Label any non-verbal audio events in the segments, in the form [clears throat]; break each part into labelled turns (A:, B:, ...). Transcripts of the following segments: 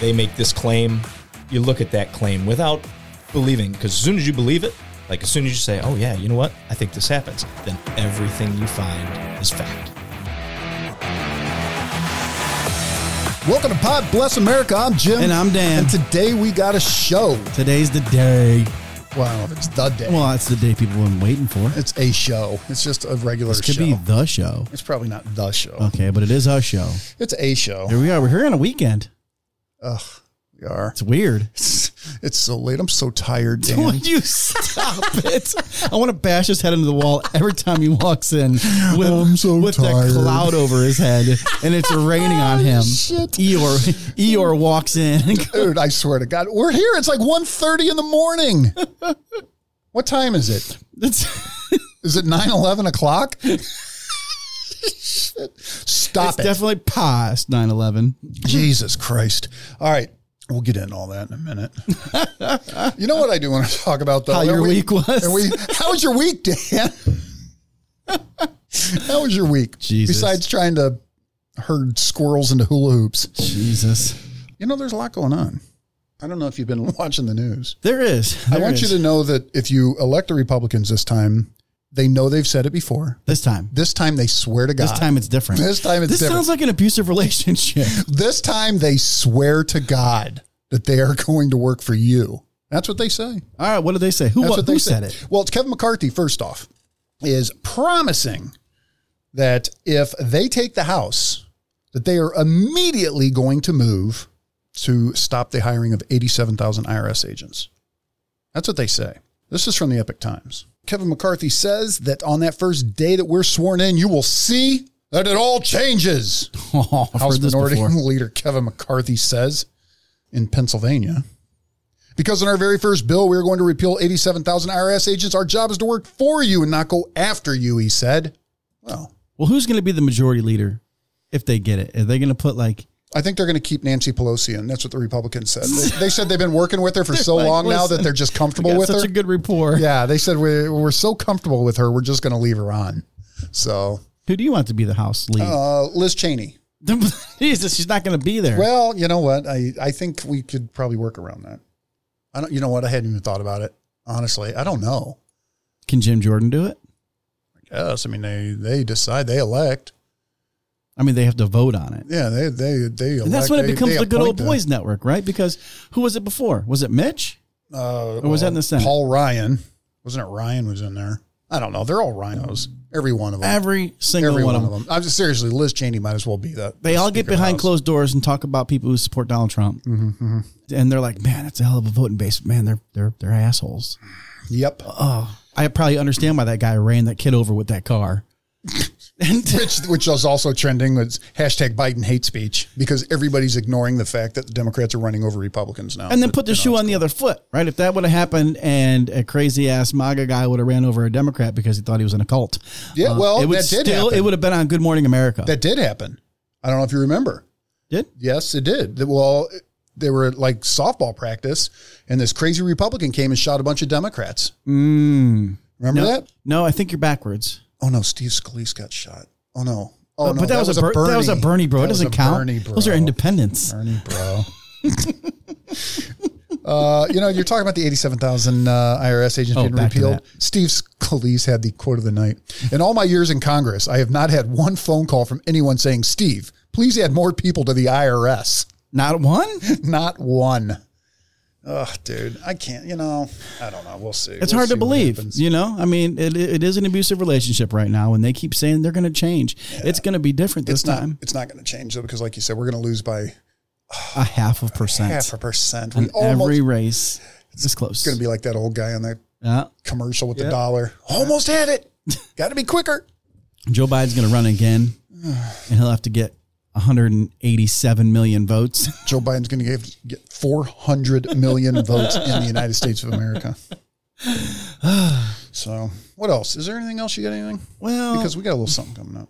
A: they make this claim, you look at that claim without believing, because as soon as you believe it, like as soon as you say, oh yeah, you know what, I think this happens, then everything you find is fact.
B: Welcome to Pod Bless America. I'm Jim.
C: And I'm Dan.
B: And today we got a show.
C: Today's the day.
B: Wow, it's the day.
C: Well, it's the day people have been waiting for. It
B: it's a show. It's just a regular
C: could
B: show.
C: be the show.
B: it's probably not the show.
C: Okay, but it is our show.
B: It's a show.
C: Here we are. We're here on a weekend.
B: Ugh, we are. [laughs]
C: It's weird.
B: It's so late. I'm so
C: [laughs]
B: tired,
C: Will
B: Dan.
C: you stop it? [laughs] I want to bash his head into the wall every time he walks in with,
B: I'm so
C: with that
B: tired. Oh,
C: cloud over his head and it's
B: [laughs]
C: raining on him.
B: Shit.
C: Eeyore, Eeyore walks in. [laughs] and goes,
B: Dude, I swear to God, we're here. It's like 1.30 in the
C: [laughs]
B: morning. what time is it?
C: It's,
B: Is it 9, 11
C: [laughs]
B: o'clock? [laughs] Shit. Stop
C: it's
B: it.
C: definitely past 9 11.
B: Jesus Christ. All right. We'll get into all that in a minute.
C: [laughs]
B: you know what I do want to talk about though?
C: How
B: Are
C: your
B: we-
C: week was.
B: are we, how was your week, Dan?
C: [laughs]
B: how was your week?
C: Jesus.
B: Besides trying to herd squirrels into hula hoops.
C: Jesus.
B: You know, there's a lot going on. I don't know if you've been [laughs] watching the news.
C: There is.
B: I want you to know that if you elect the Republicans this time, they know they've said it before.
C: This time.
B: This time they swear to God.
C: This time it's different.
B: This time it's
C: This
B: different.
C: sounds like an abusive [laughs] relationship.
B: This time they swear to God that they are [laughs] going to work for you. That's what they say.
C: All right, what did they say? Who,
B: That's
C: what,
B: what they
C: who
B: say.
C: said it? [laughs]
B: Well, it's Kevin McCarthy, first off, is promising that if they take the House, that they are immediately going to move to stop the hiring of 87,000 IRS agents. That's what they say. This is from the Epic Times. Kevin McCarthy says that on that first day that we're sworn in, you will see that it all changes.
C: Oh, I've
B: House
C: heard this
B: Minority
C: before.
B: [laughs] Leader Kevin McCarthy says in Pennsylvania. Because in our very first bill, we were going to repeal 87,000 IRS agents. Our job is to work for you and not go after you, he said. Well,
C: Well, who's going to be the majority leader if they get it? Are they going to put like
B: I think they're going to keep Nancy Pelosi in. That's what the Republicans said. They, they said they've been working with
C: [laughs]
B: her for so
C: like,
B: long now that
C: "Listen,
B: they're just
C: we
B: comfortable
C: got
B: with
C: such
B: her.
C: a good rapport?
B: yeah, they said we're, we're so comfortable with her, we're just going to leave her on. So,
C: Who do you want to be the House lead?
B: uh, Liz Cheney.
C: [laughs] Jesus, she's not going to be there.
B: Oh. Well, you know what? I, I think we could probably work around that. I don't. You know what? I hadn't even thought about it. Honestly, I don't know.
C: Can Jim Jordan do it?
B: I guess. I mean, they they decide. They elect.
C: I mean, they have to vote on it.
B: Yeah, they they they. Elect.
C: And that's when it
B: They-
C: becomes
B: they
C: the good old
B: appoint
C: boys network, right? Because who was it before? Was it Mitch?
B: the- uh,
C: Or was that in the Senate?
B: Paul Ryan wasn't it? Ryan was in there. I don't know. They're all rhinos. Every one of them.
C: Every single
B: Every
C: one, of them.
B: I'm just seriously. Liz Cheney might as well be that.
C: They all get
B: Speaker of
C: behind
B: House. Mm-hmm,
C: closed doors and talk about people who support Donald Trump. And they're like, man, that's a hell of a voting base. Man, they're they're they're assholes.
B: Yep.
C: Oh, I probably understand why that guy ran that kid over with that car. [laughs] and
B: Which, which is also trending was hashtag Biden hate speech because everybody's ignoring the fact that the Democrats are running over Republicans now.
C: and then put the shoe on the other foot, right? If that would have happened and a crazy ass MAGA guy would have ran over a Democrat because he thought he was in a cult.
B: Yeah, well,
C: Uh, it would
B: that did
C: still
B: happen.
C: it would have been on Good Morning America.
B: That did happen. I don't know if you remember.
C: did?
B: Yes, it did. The- Well, they were at, like softball practice, and this crazy Republican came and shot a bunch of Democrats.
C: Mm.
B: Remember
C: No,
B: that?
C: no, I think you're backwards.
B: Oh no, Steve Scalise got shot. Oh no. Oh
C: Uh, but
B: no,
C: that, was, a, Ber- that was a Bernie bro.
B: That
C: it doesn't
B: was a
C: count.
B: Bernie bro.
C: Those are independents.
B: Bernie bro. [laughs] uh, you know, you're talking about the 87,000 uh, IRS agents
C: Oh,
B: being
C: back to
B: repealed. Steve Scalise had the quote of the night. In all my years in Congress, I have not had one phone call from anyone saying, "Steve, please add more people to the IRS."
C: Not one.
B: [laughs] Not one. Oh, dude, I can't. You know, I don't know. We'll see.
C: It's
B: We'll
C: hard
B: see
C: to
B: what
C: believe,
B: happens.
C: you know. I mean, it, it is an abusive relationship right now, and they keep saying they're going to change. It's going to be different this
B: It's not.
C: time.
B: It's not going to change though, because like you said, we're going to lose by
C: A half of percent.
B: half a percent.
C: on
B: We almost
C: every race. This close.
B: it's going to be like that old guy on that
C: Yeah.
B: commercial with the dollar. Almost had
C: [laughs]
B: it. Got to be quicker.
C: Joe Biden's going to run again, and he'll have to get 187
B: [laughs]
C: million votes.
B: Joe Biden's going to give get 400 million votes in the United States of
C: [sighs]
B: America. So, what else? Is there anything else? You got anything?
C: Well,
B: Because we got a little something coming up.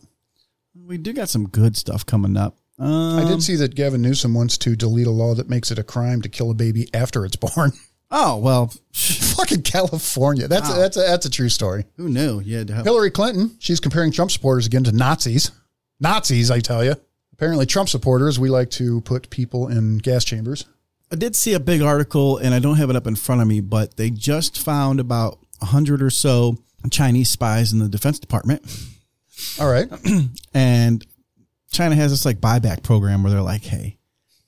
C: we do got some good stuff coming up. Um,
B: I did see that Gavin Newsom wants to delete a law that makes it a crime to kill a baby after it's born. [laughs]
C: Oh well,
B: Fucking California. That's a, that's a, that's a true story.
C: who knew? Yeah,
B: Hillary Clinton. She's comparing Trump supporters again to Nazis. Nazis, I tell you. Apparently, Trump supporters, we like to put people in gas chambers.
C: I did see a big article, and I don't have it up in front of me, but they just found about 100 or so Chinese spies in the Defense Department.
B: All right.
C: And China has this like buyback program where they're like, hey,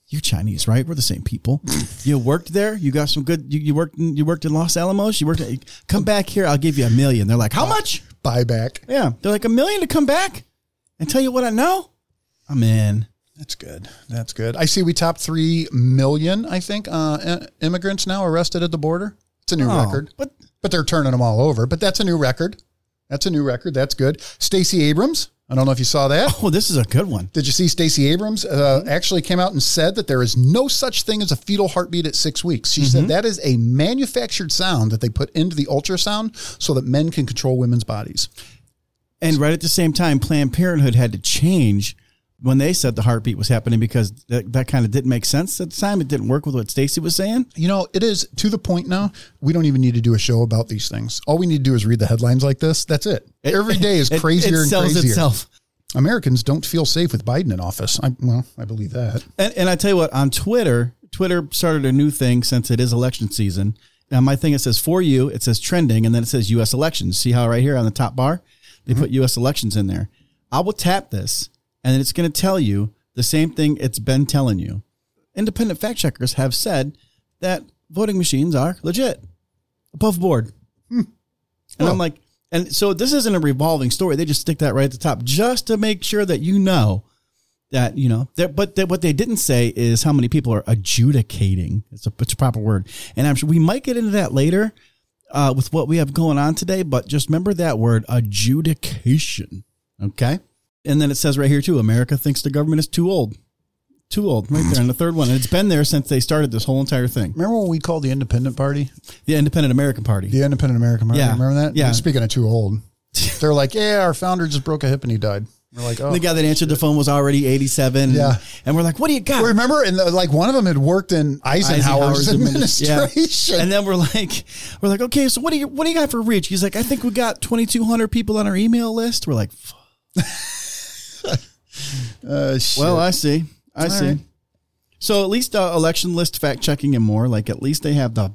C: you're Chinese, right? We're the
B: [laughs]
C: same people. you worked there. You got some good. You, you worked. In, you worked in Los Alamos. You worked. At, come back here. I'll give you a million. They're like, how much?
B: Buyback.
C: Yeah. They're like a million to come back and tell you what I know. I'm in.
B: That's good. That's good. I see we top 3 million, I think, uh, i- immigrants now arrested at the border. It's a new
C: Oh,
B: record.
C: But
B: But they're turning them all over. But that's a new record. That's a new record. That's good. Stacey Abrams. I don't know if you saw that.
C: oh, this is a good one.
B: Did you see Stacey Abrams uh, actually came out and said that there is no such thing as a fetal heartbeat at six weeks? She said that is a manufactured sound that they put into the ultrasound so that men can control women's bodies.
C: And right at the same time, Planned Parenthood had to change when they said the heartbeat was happening because that, that kind of didn't make sense at the time. It didn't work with what Stacy was saying.
B: You know, it is to the point now. We don't even need to do a show about these things. All we need to do is read the headlines like this. That's it. Every day is
C: [laughs] It-
B: crazier
C: it, sells
B: and crazier.
C: itself.
B: Americans don't feel safe with Biden in office. I, well, I believe that.
C: And, and I tell you what, on Twitter, Twitter started a new thing since it is election season. Now, my thing, it says for you, it says trending, and then it says U.S. elections. See how right here on the top bar, they put U.S. elections in there. I will tap this, and then it's going to tell you the same thing it's been telling you. Independent fact checkers have said that voting machines are legit, above board. Hmm. And I'm like, and so this isn't a revolving story. They just stick that right at the top just to make sure that you know that you know that but that what they didn't say is how many people are adjudicating it's a, it's a proper word and i'm sure we might get into that later uh, with what we have going on today but just remember that word adjudication okay and then it says right here too america thinks the government is too old too old right there in the third one and it's been there since they started this whole entire thing
B: Remember when we called the Independent Party?
C: the independent american party
B: The Independent American Party.
C: Yeah.
B: Remember that?
C: Yeah.
B: Speaking of too
C: [laughs]
B: old, they're like, yeah, our founder just broke a hip and he died. We're like, oh.
C: the guy that answered the phone was already 87
B: Yeah.
C: and, and we're like what do you got
B: Remember, and the, like one of them had worked in Eisenhower's,
C: administ- yeah.
B: administration.
C: And then we're like, we're like, okay, so what do you what do you got for reach? He's like, I think we got twenty two hundred people on our email list. We're like, "Fuck."
B: Uh, shit.
C: well, I see, I see.
B: right.
C: So at least uh, election list fact checking and more. Like at least they have the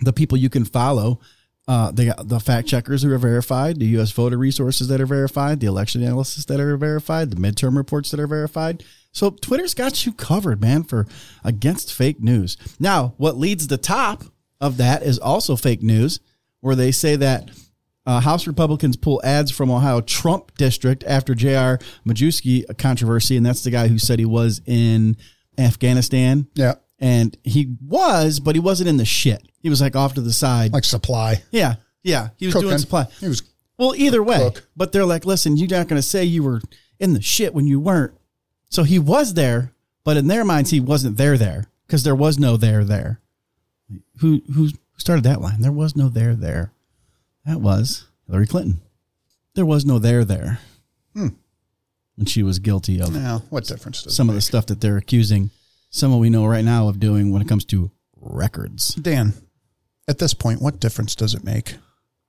C: the people you can follow. Uh, they got the fact checkers who are verified, the U.S. voter resources that are verified, the election analysis that are verified, the midterm reports that are verified. So Twitter's got you covered, man, for against fake news. Now, what leads the top of that is also fake news, where they say that uh, House Republicans pull ads from Ohio Trump district after J.R. Majewski controversy, and that's the guy who said he was in Afghanistan
B: yeah,
C: and he was, but he wasn't in the shit. He was like off to the side.
B: like supply.
C: yeah, yeah, he was doing
B: Cooking.
C: supply.
B: He was
C: Well, either way,
B: Cook.
C: but they're like, listen, you're not going to say you were in the shit when you weren't. So he was there, but in their minds, he wasn't there there because there was no there there. Who who started that line? There was no there there. That was Hillary Clinton. There was no there there. And she was guilty of
B: now. What difference does
C: some of the stuff that they're accusing someone we know right now of doing when it comes to records.
B: Dan? At this point, what difference does it make?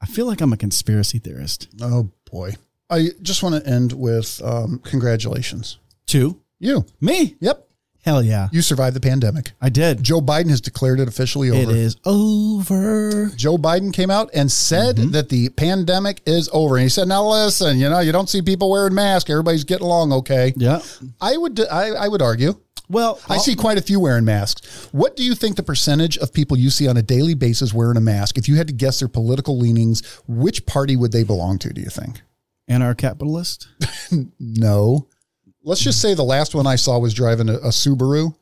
C: I feel like I'm a conspiracy theorist.
B: Oh boy, I just want to end with um, congratulations,
C: Two,
B: you.
C: me?
B: Yep,
C: Hell yeah,
B: you survived the pandemic.
C: I did.
B: Joe Biden has declared it officially over.
C: It is over.
B: Joe Biden came out and said
C: Mm-hmm.
B: that the pandemic is over. And he said, "Now listen, you know, you don't see people wearing masks. Everybody's getting along okay."
C: Yeah.
B: I would, I, I would argue.
C: Well,
B: I see quite a few wearing masks. What do you think the percentage of people you see on a daily basis wearing a mask? If you had to guess their political leanings, which party would they belong to? Do you think?
C: and our capitalist.
B: No. Let's just say the last one I saw was driving a, a Subaru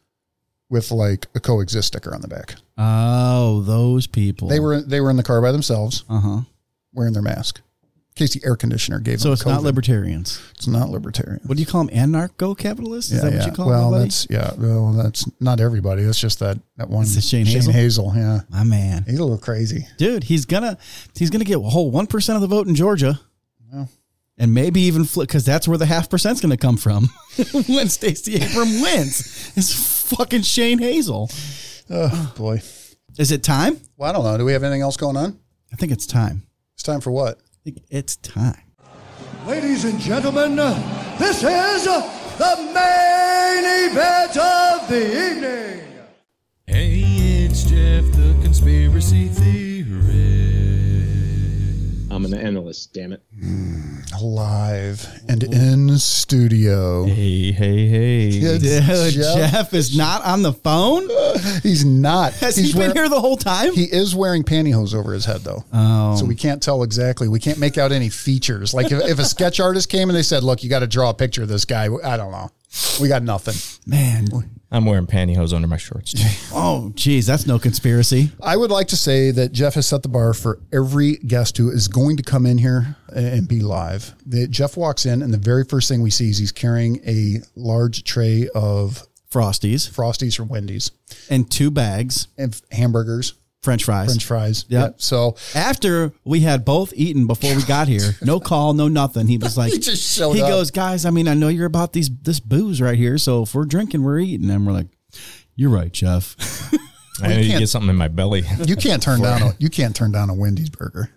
B: with like a coexist sticker on the back.
C: Oh, those people.
B: They were they were in the car by themselves
C: Uh huh.
B: wearing their mask. In case the air conditioner gave
C: So
B: them
C: it's not
B: COVID.
C: libertarians.
B: It's not libertarian.
C: What do you call them? Anarcho capitalists? Is that what you call
B: well,
C: them? buddy?
B: that's yeah. Well, that's not everybody. That's just that that one.
C: It's the Shane Hazel?
B: Yeah,
C: My man,
B: he's a little crazy.
C: dude. He's gonna he's gonna get a whole one percent of the vote in Georgia. And maybe even flip because that's where the half percent's going to come from [laughs] when Stacey Abram wins. It's fucking Shane Hazel.
B: Oh boy.
C: Is it time?
B: Well, I don't know. Do we have anything else going on?
C: I think it's time.
B: It's time for what?
C: I think it's time.
D: Ladies and gentlemen, this is the man. the evening.
E: Hey, it's Jeff the conspiracy theorist.
F: I'm an analyst, damn it.
B: Live and in studio.
A: Hey, hey, hey.
B: It's Jeff.
C: Dude, Jeff is not on
B: [laughs]
C: the phone.
B: He's not.
C: Has
B: He's
C: he been
B: wear-
C: here the whole time?
B: He is wearing pantyhose over his head, though.
C: oh,
B: So we can't tell exactly. We can't make out any features. Like if, if a sketch artist came and they said, "Look, you got to draw a picture of this guy," I don't know. We got nothing.
C: man.
A: I'm wearing pantyhose under my shorts.
C: Oh, geez, that's no conspiracy.
B: I would like to say that Jeff has set the bar for every guest who is going to come in here and be live. That Jeff walks in, and the very first thing we see is he's carrying a large tray of
C: Frosties
B: Frosties from Wendy's
C: and two bags
B: and f- hamburgers,
C: French fries.
B: French fries.
C: Yep.
B: So
C: After we had both eaten before we got here,
B: [laughs]
C: no call, no nothing. He was like,
B: He just showed
C: he
B: up.
C: goes, guys. I mean, I know you're about these this booze right here. So if we're drinking, we're eating, and we're like, you're right, Jeff. [laughs]
A: I need to
B: can't-
A: get something in my [laughs] belly.
B: you can't turn down a you can't turn down a Wendy's burger.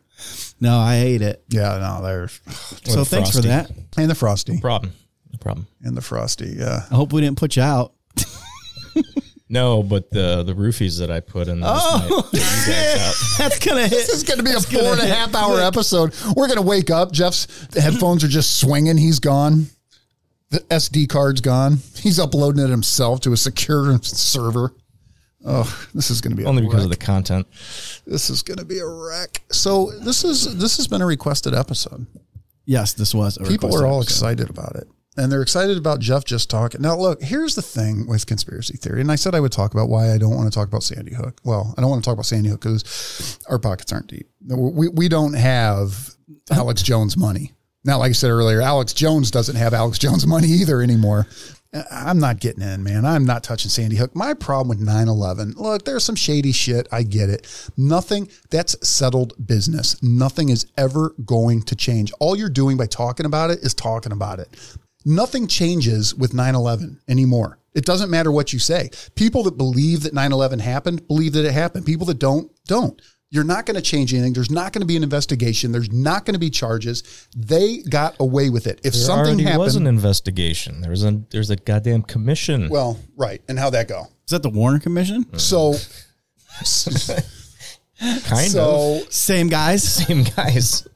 C: no, I ate it.
B: Yeah, no, there's
C: so thanks for
A: Frosty.
C: that.
B: and the frosty
A: Problem. No problem.
B: and the frosty. Yeah,
C: I hope we didn't put
B: [laughs]
C: you out.
A: No, but the the roofies that I put in last night. You guys out.
C: That's gonna hit.
B: This is going to be a four and a half hour episode. We're going to wake up. Jeff's headphones are just swinging. He's gone. The SD card's gone. He's uploading it himself to a secure server. Oh, this is going to be a
A: Only
B: wreck.
A: because of the content.
B: this is going to be a wreck. So this is this has been a requested episode.
C: Yes, this was. A
B: People
C: request
B: are all
C: episode.
B: excited about it. And they're excited about Jeff just talking. Now, look, here's the thing with conspiracy theory. And I said I would talk about why I don't want to talk about Sandy Hook. Well, I don't want to talk about Sandy Hook because our pockets aren't deep. We, we don't have Alex Jones money. Now, like I said earlier, Alex Jones doesn't have Alex Jones money either anymore. I- I'm not getting in, man. I'm not touching Sandy Hook. My problem with 9 11, look, there's some shady shit. I get it. Nothing, that's settled business. Nothing is ever going to change. All you're doing by talking about it is talking about it. Nothing changes with 9 11 anymore. It doesn't matter what you say. People that believe that 9 11 happened believe that it happened. People that don't, don't. You're not going to change anything. There's not going to be an investigation. There's not going to be charges. They got away with it. If
A: There
B: something
A: already
B: happened,
A: was an investigation. There was a there's a goddamn commission.
B: well, right. And how that go?
C: Is that the Warner Commission?
B: So,
A: kind of. [laughs]
B: so,
C: Same guys. [laughs]
A: Same [laughs] guys.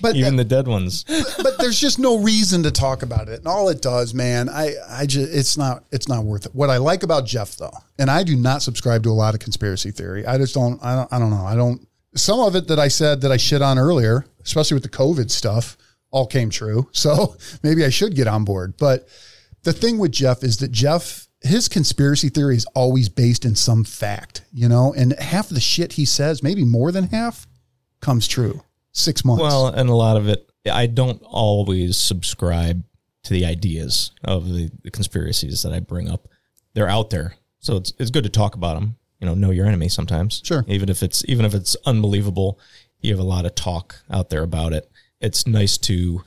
B: but
A: Even the dead ones.
B: but there's just no reason to talk about it. And all it does, man, I I just it's not it's not worth it. What I like about Jeff though, and I do not subscribe to a lot of conspiracy theory. I just don't I don't I don't know. I don't some of it that I said that I shit on earlier, especially with the COVID stuff, all came true. [laughs] So maybe I should get on board. But the thing with Jeff is that Jeff his conspiracy theory is always based in some fact, you know, and half the shit he says, maybe more than half, comes true. Six months.
A: Well, and a lot of it, I don't always subscribe to the ideas of the, the conspiracies that I bring up. They're out there, so it's it's good to talk about them. You know, know your enemy sometimes.
B: Sure.
A: Even if it's even if it's unbelievable, you have a lot of talk out there about it. It's nice to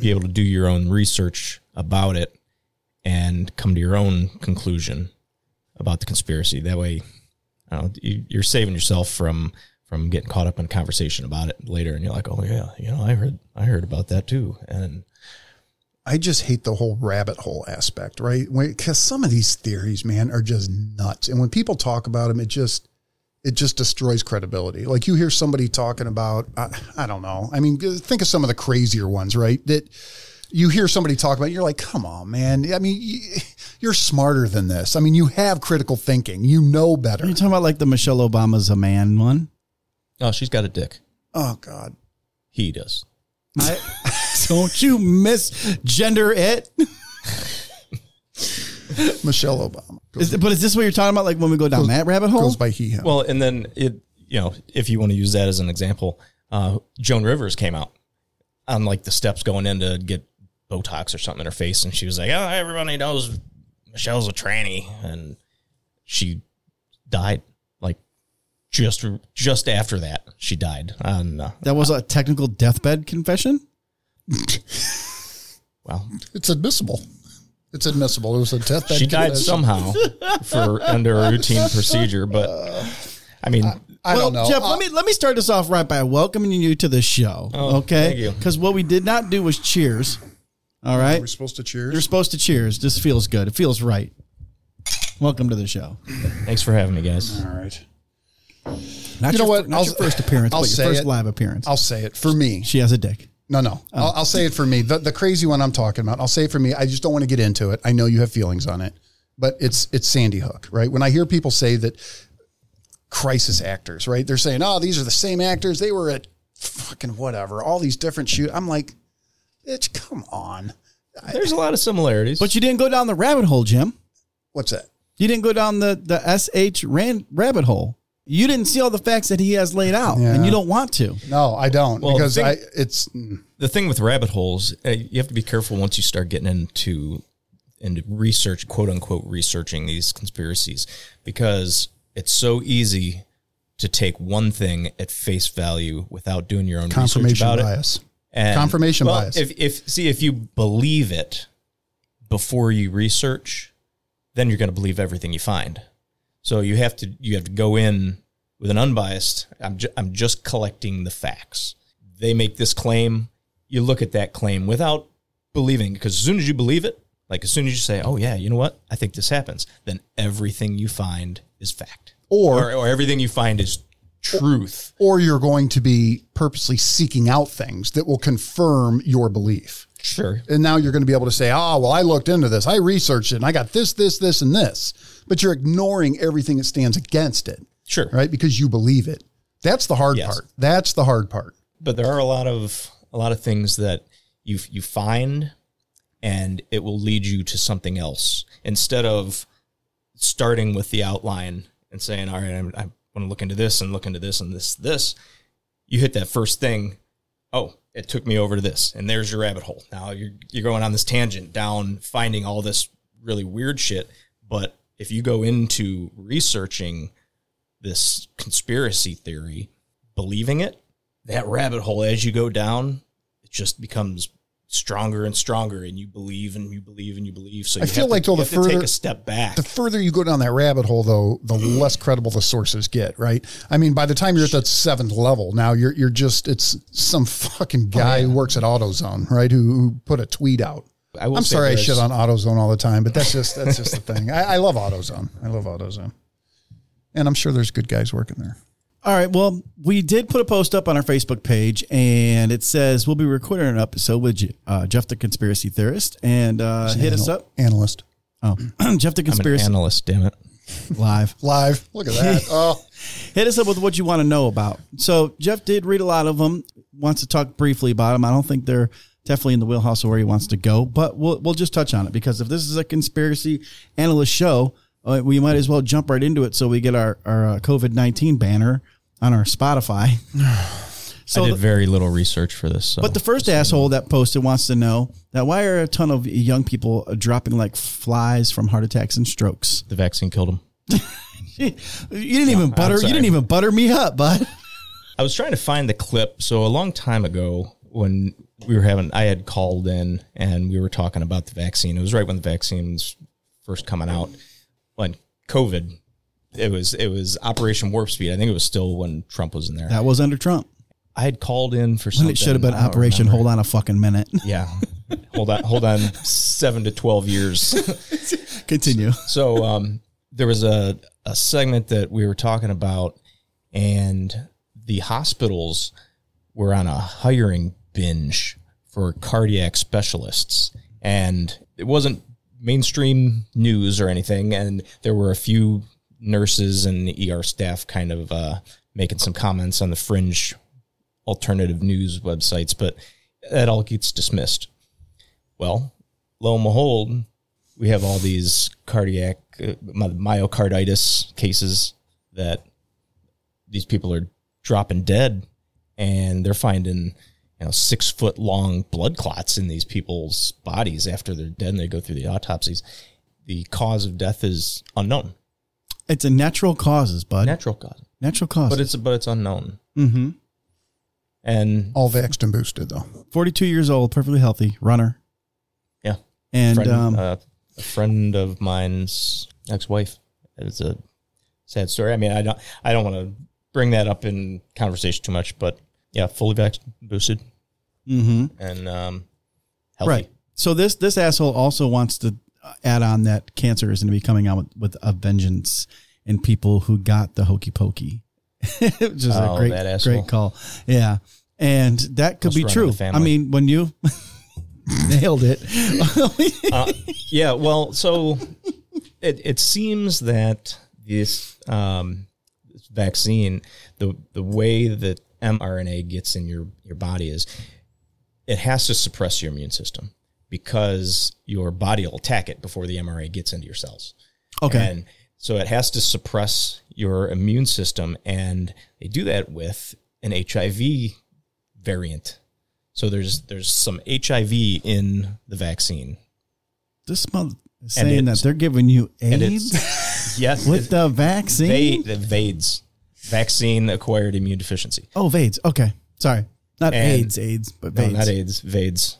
A: be able to do your own research about it and come to your own conclusion about the conspiracy. That way, I don't know, you- you're saving yourself from from getting caught up in conversation about it later, and you're like, oh yeah, you know, I heard I heard about that too, and
B: I just hate the whole rabbit hole aspect, right? Because some of these theories, man, are just nuts. And when people talk about them, it just it just destroys credibility. Like you hear somebody talking about, I, I don't know. I mean, g- think of some of the crazier ones, right? That you hear somebody talk about, you're like, come on, man. I mean, y- you're smarter than this. I mean, you have critical thinking. You know
C: Are
B: better.
C: you talking about like the Michelle Obama's a man one? [laughs]
A: oh, she's got a dick.
B: Oh God,
A: He does.
C: I, don't you misgender it?
B: Michelle Obama goes,
C: Is, but is this what you're talking about? Like when we go down that rabbit hole?
B: goes by he him.
A: Well, and then it, you know, if you want to use that as an example, uh, Joan Rivers came out on like the steps going in to get Botox or something in her face, and she was like, "Oh, everybody knows Michelle's a tranny," and she died like just just after that. She died on uh,
C: that was a technical deathbed confession.
A: well,
B: it's admissible. It's admissible. It was a deathbed.
A: she died
B: confession.
A: somehow for under a routine procedure, but I mean,
B: I
C: well,
B: don't know.
C: Jeff,
B: Uh,
C: let me let me start this off right by welcoming you to the show.
A: Oh,
C: okay,
A: thank you.
C: Because what we did not do was cheers. All right,
B: We're supposed to cheers.
C: you're supposed to cheers. This feels good. It feels right. Welcome to the show.
A: Thanks for having me, guys.
B: All right.
C: Not
B: You know
C: your,
B: what?
C: Not
B: I'll-
C: your first appearance,
B: I'll
C: but
B: say
C: your first
B: it.
C: live appearance.
B: I'll say it for me.
C: she has a dick.
B: No, no.
A: Oh.
B: I'll, I'll say it for me. The, the crazy one I'm talking about. I'll say it for me. I just don't want to get into it. I know you have feelings on it, but it's it's Sandy Hook, right? When I hear people say that crisis actors, right? They're saying, "Oh, these are the same actors. They were at fucking whatever. All these different shoot." I'm like, "Bitch, come on.
A: There's a lot of similarities.
C: But you didn't go down the rabbit hole, Jim.
B: What's that?"
C: You didn't go down the the sh ran rabbit hole. You didn't see all the facts that he has laid out,
B: Yeah.
C: and you don't want to.
B: No, I don't
A: Well,
B: because
A: the thing-
B: I it's mm,
A: the thing with rabbit holes, uh, you have to be careful once you start getting into into research, quote unquote, researching these conspiracies, because it's so easy to take one thing at face value without doing your own research
B: confirmation
A: about it.
B: bias.
A: And-
B: Confirmation
A: well,
B: bias.
A: If, if see if you believe it before you research, then you're going to believe everything you find. So you have to you have to go in with an unbiased. I'm ju- I'm just collecting the facts. They make this claim. You look at that claim without believing because as soon as you believe it, like as soon as you say, "Oh yeah, you know what? I think this happens," then everything you find is fact, or,
B: Or-
A: or everything you find is truth.
B: Or you're going to be purposely seeking out things that will confirm your belief.
A: Sure,
B: and now you're going to be able to say, "Ah, well, I looked into this, I researched it, and I got this, this, this, and this." But you're ignoring everything that stands against it,
A: sure.
B: right? Because you believe it. That's the hard
A: Yes.
B: part. That's the hard part.
A: but there are a lot of a lot of things that you you find and it will lead you to something else instead of starting with the outline and saying all right I'm, I want to look into this and look into this and this this you hit that first thing oh it took me over to this and there's your rabbit hole now you're you're going on this tangent down finding all this really weird shit but if you go into researching this conspiracy theory believing it that rabbit hole as you go down it just becomes stronger and stronger and you believe and you believe and you believe so you
B: I feel
A: have
B: like
A: to,
B: till
A: you
B: the
A: have to take
B: further-
A: a step back
B: The further you go down that rabbit hole, though, the less credible the sources get, right? I mean, by the time you're at that seventh level, now you're you're just it's some fucking
C: Oh,
B: guy who works at AutoZone, right? Who, who put a tweet out.
A: I will
B: I'm
A: say
B: sorry I
A: there's-
B: shit on AutoZone all the time, but that's just that's just the thing. I, I love AutoZone. I love AutoZone, and I'm sure there's good guys working there.
C: All right. Well, we did put a post up on our Facebook page, and it says we'll be recording an episode with Je- uh, Jeff the conspiracy theorist, and uh, hit us
B: Anal-
C: up.
B: Analyst
C: Oh, [clears throat] Jeff the
A: I'm an
C: conspiracy
A: analyst damn it
C: live.
B: live. Look at
C: [laughs]
B: that. oh,
C: Hit us up with what you want to know about. So Jeff did read a lot of them. Wants to talk briefly about them. I don't think they're definitely in the wheelhouse of where he wants to go, but we'll we'll just touch on it because if this is a conspiracy analyst show, uh, we might as well jump right into it so we get our our uh, COVID nineteen banner on
A: [sighs]
C: our Spotify. So
A: i did
C: the-
A: very little research for this so.
C: But the first asshole that posted wants to know that why are a ton of young people dropping like flies from heart attacks and strokes? [laughs]
A: the vaccine killed him
C: You didn't even butter. You
A: sorry.
C: didn't even butter me up, bud.
A: I was trying to find the clip. So a long time ago, when we were having, I had called in and we were talking about the vaccine. It was right when the vaccine was first coming out. When COVID, it was it was Operation Warp Speed. I think it was still when Trump was in there.
C: That was
A: [laughs]
C: under Trump.
A: I had called in for
C: When
A: something.
C: it should have been
A: I don't
C: Operation
A: remember.
C: Hold On a fucking minute. [laughs]
A: Yeah, hold on, hold on. Seven to twelve years.
C: Continue.
A: So um, there was a, a segment that we were talking about, and the hospitals were on a hiring binge for cardiac specialists. And it wasn't mainstream news or anything. And there were a few nurses and ER staff kind of uh, making some comments on the fringe alternative news websites, but that all gets dismissed. Well, lo and behold, we have all these cardiac uh, my- myocarditis cases that these people are dropping dead and they're finding you know six foot long blood clots in these people's bodies after they're dead and they go through the autopsies the cause of death is unknown
C: It's a natural causes, bud.
A: natural cause
C: natural causes.
A: but it's but it's unknown
C: mm-hmm.
A: and
B: all vaxxed and boosted though.
C: forty-two years old, perfectly healthy, runner,
A: yeah
C: and
A: friend,
C: um,
A: uh, a friend of mine's ex-wife. It's a sad story. I mean, I don't, I don't want to bring that up in conversation too much, but yeah, fully vax boosted
C: mhm.
A: and um, healthy.
C: right. So this this asshole also wants to uh, add on that cancer is going to be coming out with, with a vengeance and people who got the hokey pokey. [laughs] Which is
A: Oh,
C: a great,
A: that asshole.
C: great call. Yeah. And that could
A: Must
C: be
A: run in
C: true.
A: the family.
C: I mean, when you [laughs] nailed it, [laughs]
A: yeah, well, so [laughs] it it seems that this um, this vaccine, the the way that mRNA gets in your your body is, it has to suppress your immune system because your body will attack it before the mRNA gets into your cells.
C: okay.
A: And so it has to suppress your immune system. And they do that with an HIV variant. So there's there's some HIV in the vaccine.
C: this month is saying that
A: it's-
C: they're giving you
A: And
C: AIDS
A: it's yes, [laughs]
C: with the vaccine.
A: they the VADES, vaccine acquired immune deficiency.
C: oh, VADES. Okay. Sorry. Not
A: And-
C: AIDS, AIDS, but
A: No,
C: VADES.
A: not AIDS, VADES.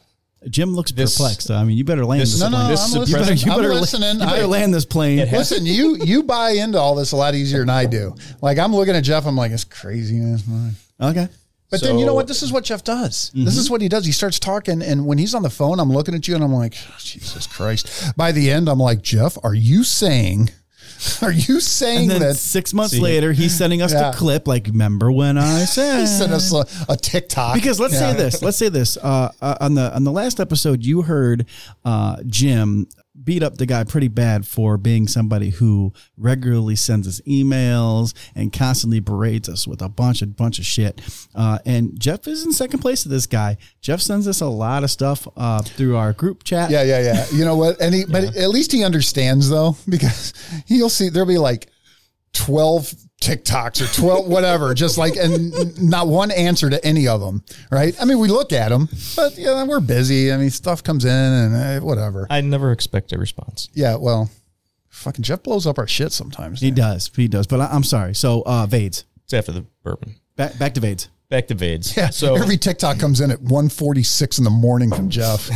C: Jim looks
A: This-
C: perplexed. I mean, you better land
A: this is-
C: this,
B: No,
C: plane.
B: no,
A: This
B: I'm
A: suppress-
B: listening.
A: You
B: I'm
C: better la-
B: listening.
C: You better
B: I-
C: land this plane.
A: It has-
B: Listen, you you buy into all this a lot easier than I do. Like I'm looking at Jeff, I'm like, it's crazy ass mind.
C: okay.
B: But then you know
A: So-
B: what? This is what Jeff does.
C: Mm-hmm.
B: This is what he does. He starts talking, and when he's on the phone, I'm looking at you, and I'm like, "Oh, Jesus Christ. By the end, I'm like, Jeff, are you saying, [laughs] are you saying
C: And then
B: that?
C: six months later, he's sending us
B: Yeah.
C: the clip. Like, remember
B: [laughs]
C: when I said?
B: He sent us a, a TikTok
C: because let's
B: Yeah.
C: say this. Let's say this. Uh, uh, on the on the last episode, you heard uh, Jim beat up the guy pretty bad for being somebody who regularly sends us emails and constantly berates us with a bunch of bunch of shit. Uh, and Jeff is in second place to this guy. Jeff sends us a lot of stuff uh, through our group chat.
B: Yeah, yeah, yeah. You know what? And he, but at least he understands though, [laughs] because he'll see there'll be like twelve TikToks or twelve whatever, just like and not one answer to any of them. Right? I mean, we look at them, but you know, we're busy. I mean, stuff comes in and uh, whatever.
A: I never expect a response.
B: Yeah. Well, fucking Jeff blows up our shit sometimes.
C: He does. He does. But I, I'm sorry. So uh, Vades.
A: It's after the bourbon.
C: Back, back to Vades.
A: Back to VADES.
B: Yeah,
A: So
B: every TikTok comes in at 1:46 in the morning from Jeff,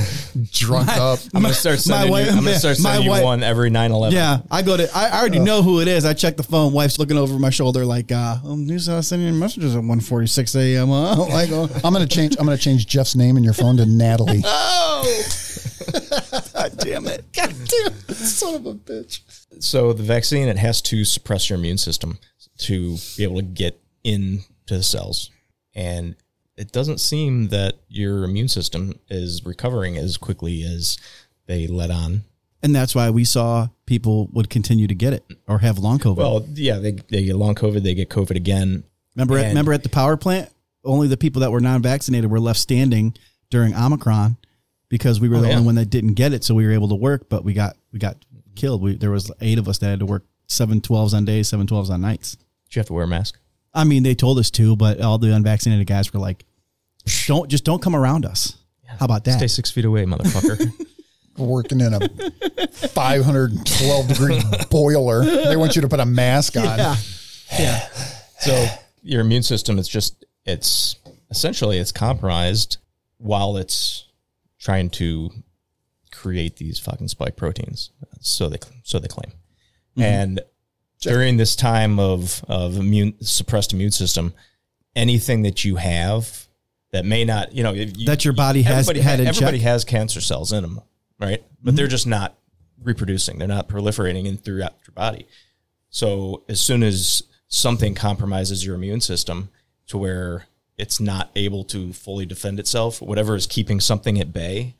B: drunk up.
A: I'm gonna [laughs] start
C: Uh, my
A: sending
C: wife-
A: you. I'm gonna start
C: my
A: sending you
C: wife-
A: one every 9/11.
C: Yeah, I go to. I already know who it is. I check the phone. Wife's looking over my shoulder, like, uh, um, news house sending you messages at one forty six a.m. Uh, [laughs] like, uh,
B: oh, I'm gonna change. I'm gonna change Jeff's name in your phone to Natalie.
C: oh, God [laughs] damn it! God damn it!
B: Son of a bitch.
A: so the vaccine it has to suppress your immune system to be able to get into the cells and it doesn't seem that your immune system is recovering as quickly as they let on
C: And that's why we saw people would continue to get it or have long COVID.
A: well yeah they, they get long covid they get covid again
C: remember, at,
A: and-
C: remember at the power plant, only the people that were non vaccinated were left standing during Omicron because we were the
A: Oh, yeah.
C: only one that didn't get it, so we were able to work, but we got we got killed. We, there was eight of us that had to work seven twelves on days, seven twelves on nights.
A: do you have to wear a mask
C: I mean, they told us to, but all the unvaccinated guys were like, "Don't just don't come around us." How about that?
A: stay six feet away motherfucker
B: working in a 512
C: [laughs]
B: degree boiler. They want you to put a mask on.
C: yeah.
A: [laughs] so your immune system is just it's essentially it's compromised while it's trying to create these fucking spike proteins so they so they claim
C: Mm-hmm.
A: and during this time of of immune suppressed immune system anything that you have that may not you know if you,
C: That your body has
A: everybody
C: had Mm-hmm.
A: ha-
C: in check.
A: everybody has cancer cells in them right but they're just not reproducing they're not proliferating in throughout your body so as soon as something compromises your immune system to where it's not able to fully defend itself, whatever is keeping something at bay,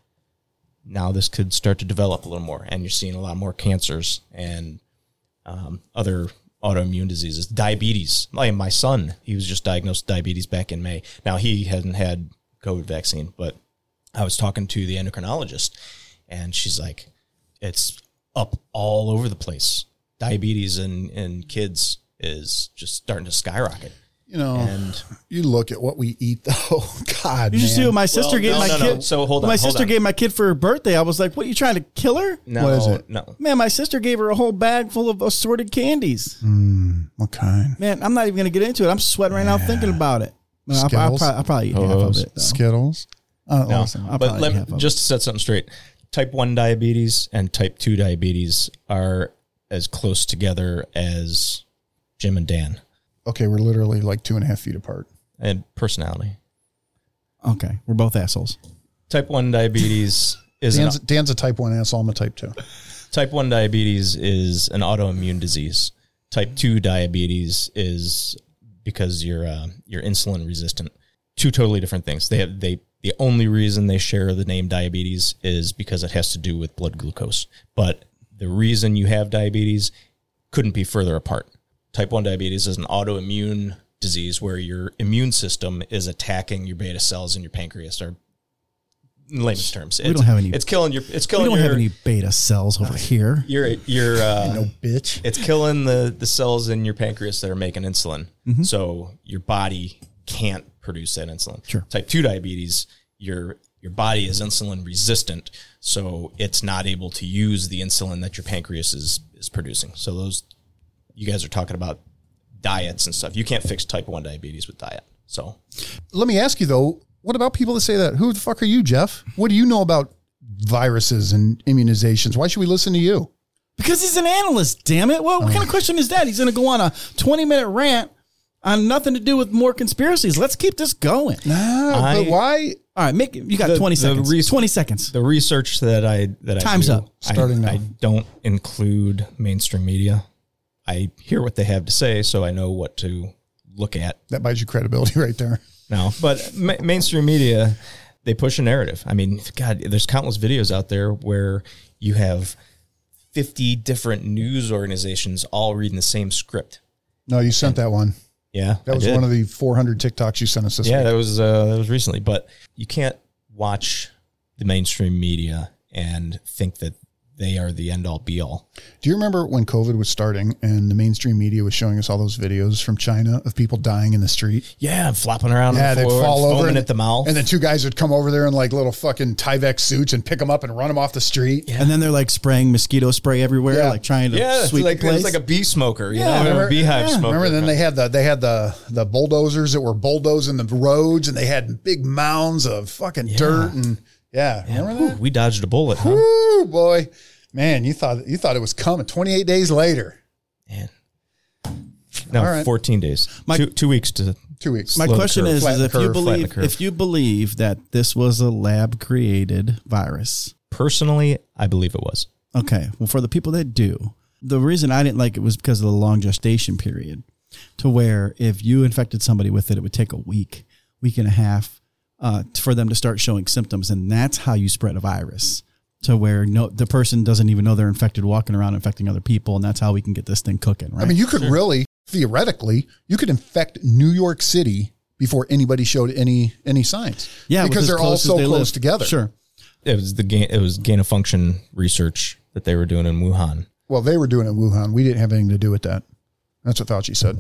A: now this could start to develop a little more, and you're seeing a lot more cancers and um, other autoimmune diseases, diabetes. My my son, he was just diagnosed with diabetes back in May. Now he hasn't had COVID vaccine, but I was talking to the endocrinologist, and she's like, "It's up all over the place. Diabetes in in kids is just starting to skyrocket."
B: You know,
A: And
B: you look at what we eat [laughs] though. God,
C: You should see
B: man.
C: what my sister
A: Well,
C: gave
A: no,
C: my
A: no, no.
C: kid.
A: So hold on,
C: My
A: hold
C: sister
A: on.
C: gave my kid for her birthday. I was like, "What? You trying to kill her?"
A: no,
B: What is it?
A: no,
C: Man, my sister gave her a whole bag full of assorted candies.
B: what kind?
C: Man, I'm not even gonna get into it. I'm sweating right now thinking about it. No, I'll, I'll,
B: Skittles?
C: probably, I'll probably eat half of it. though.
B: Skittles. Uh,
A: no.
C: Awesome. I'll
A: But
C: probably
A: let
C: have
A: me,
C: a-
A: just to set something straight, type one diabetes and type two diabetes are as close together as Jim and Dan
B: Okay, we're literally like two and a half feet apart.
A: and personality.
C: Okay, we're both assholes.
A: Type one diabetes is an
B: Dan's, Dan's a type one asshole. I'm a type two.
A: Type 1 diabetes is an autoimmune disease. Type 2 diabetes is because you're uh, you're insulin resistant. Two totally different things. They have, they the only reason they share the name diabetes is because it has to do with blood glucose. But the reason you have diabetes couldn't be further apart. Type 1 diabetes is an autoimmune disease where your immune system is attacking your beta cells in your pancreas or in layman's terms.
C: don't
A: it's-
C: have any-
A: It's killing your it's
C: We
A: killing
C: don't
A: your,
C: have any beta cells over here.
A: your your uh,
B: bitch.
A: it's killing the the cells in your pancreas that are making insulin. So your body can't produce that insulin.
C: Sure.
A: Type two diabetes, your your body is insulin resistant, so it's not able to use the insulin that your pancreas is is producing. So those you guys are talking about diets and stuff. You can't fix type one diabetes with diet. So
B: Let me ask you though, what about people that say that? Who the fuck are you, Jeff? What do you know about viruses and immunizations? Why should we listen to you?
C: Because he's an analyst, damn it. What, what
A: Uh.
C: kind of question is that? He's going to go on a 20 minute rant on nothing to do with more conspiracies. Let's keep this going.
B: Ah,
A: I-
B: but why
C: All right, make you got
A: The-
C: 20
A: the
C: seconds.
A: reason-
C: 20 seconds.
A: the research that I that
C: Time's
A: I do,
C: up.
A: I-
B: Starting now.
A: I, don't include mainstream media. I hear what they have to say, so I know what to look at
B: that buys you credibility [laughs] right there?
A: now. But ma- mainstream media, they push a narrative. I mean, God, there's countless videos out there where you have 50 different news organizations all reading the same script.
B: No, you sent that one.
A: Yeah,
B: That was one of the 400 TikToks you sent us this
A: yeah,
B: week.
A: that was uh, that was recently. But you can't watch the mainstream media and think that they are the end all be all.
B: Do you remember when COVID was starting and the mainstream media was showing us all those videos from China of people dying in the street?
A: Yeah, and flopping around.
B: Yeah,
A: on the
B: they'd
A: floor
B: fall
A: and
B: over
A: foaming
B: and-
A: at the mouth.
B: And then two guys would come over there in like little fucking Tyvek suits and pick them up and run them off the street.
C: And then they're like spraying mosquito spray everywhere,
B: Yeah.
C: like trying to
A: yeah, it's
C: sweep
A: like
C: the place.
A: it's like a bee smoker, you
C: Yeah,
A: know,
C: remember-
A: a beehive
C: yeah,
A: smoker.
B: Remember, then they had the they had the the bulldozers that were bulldozing the roads, and they had big mounds of fucking dirt, and yeah, remember
A: Whew, we dodged a bullet,
B: that?
A: huh?
B: Ooh, boy, man, you thought you thought it was coming. Twenty eight days later,
A: Man. No,
B: All right.
A: 14 days.
C: My-
A: two, two weeks to
B: two weeks.
C: My
A: Slow the
C: question
A: curve,
C: is, is
A: flatten the
C: if you
A: curve, flatten the
C: believe
A: curve.
C: if you believe that this was a lab created virus.
A: personally, I believe it was.
C: Okay. Well, for the people that do, the reason I didn't like it was because of the long gestation period, to where if you infected somebody with it, it would take a week, week and a half, uh, for them to start showing symptoms, and that's how you spread a virus. To where no, the person doesn't even know they're infected, walking around infecting other people, and that's how we can get this thing cooking, right?
B: I mean, you could really theoretically you could infect New York City before anybody showed any any signs.
C: with
B: because
C: as
B: they're all
C: close as
B: so
C: they
B: close
C: live.
B: together.
C: Sure.
A: It was the gain it was gain of function research that they were doing in Wuhan.
B: Well, they were doing it in Wuhan. We didn't have anything to do with that. That's what Fauci said.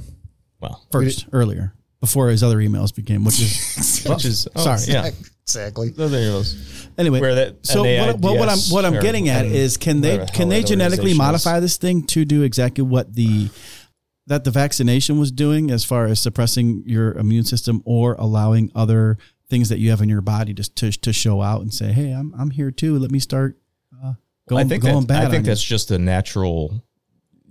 A: Well,
C: First, earlier, before his other emails became, which is
A: which is oh,
C: sorry.
A: Yeah.
B: [laughs]
A: Oh,
B: Exactly.
A: Those are yours.
C: anyway
A: Where that
C: so what, what, what i'm what i'm
A: NAIDS
C: getting at
A: or
C: is can they
A: whatever the
C: can
A: hell
C: they
A: that
C: genetically
A: organization
C: modify this thing to do exactly what the that the vaccination was doing as far as suppressing your immune system or allowing other things that you have in your body to to, to show out and say hey i'm i'm here too let me start uh, going
A: I think
C: going
A: that,
C: bad
A: I think
C: on
A: that's
C: you.
A: just the natural.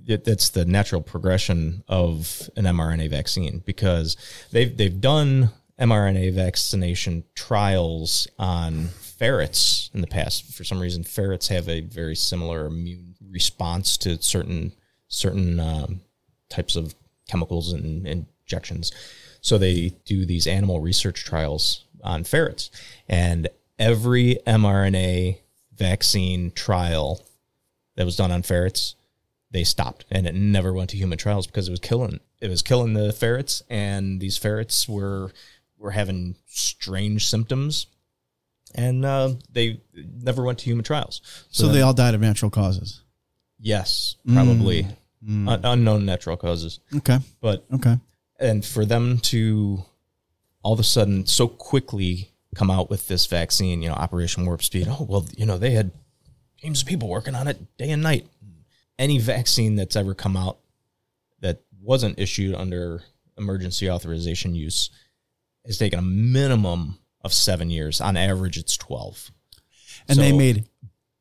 A: It, that's the natural progression of an mRNA vaccine because they've they've done mRNA vaccination trials on ferrets in the past. For some reason, ferrets have a very similar immune response to certain certain um, types of chemicals and injections. So they do these animal research trials on ferrets, and every mRNA vaccine trial that was done on ferrets, they stopped and it never went to human trials because it was killing it was killing the ferrets and these ferrets were were having strange symptoms and uh, they never went to human trials.
C: so they all died of natural causes
A: yes, probably
C: Mm.
A: Un- unknown natural causes.
C: okay
A: But
C: okay
A: and for them to all of a sudden so quickly come out with this vaccine, you know, Operation Warp Speed. Oh well, you know they had teams of people working on it day and night. Any vaccine that's ever come out that wasn't issued under emergency authorization use has taken a minimum of seven years. On average, it's twelve.
C: and they
A: So-
C: made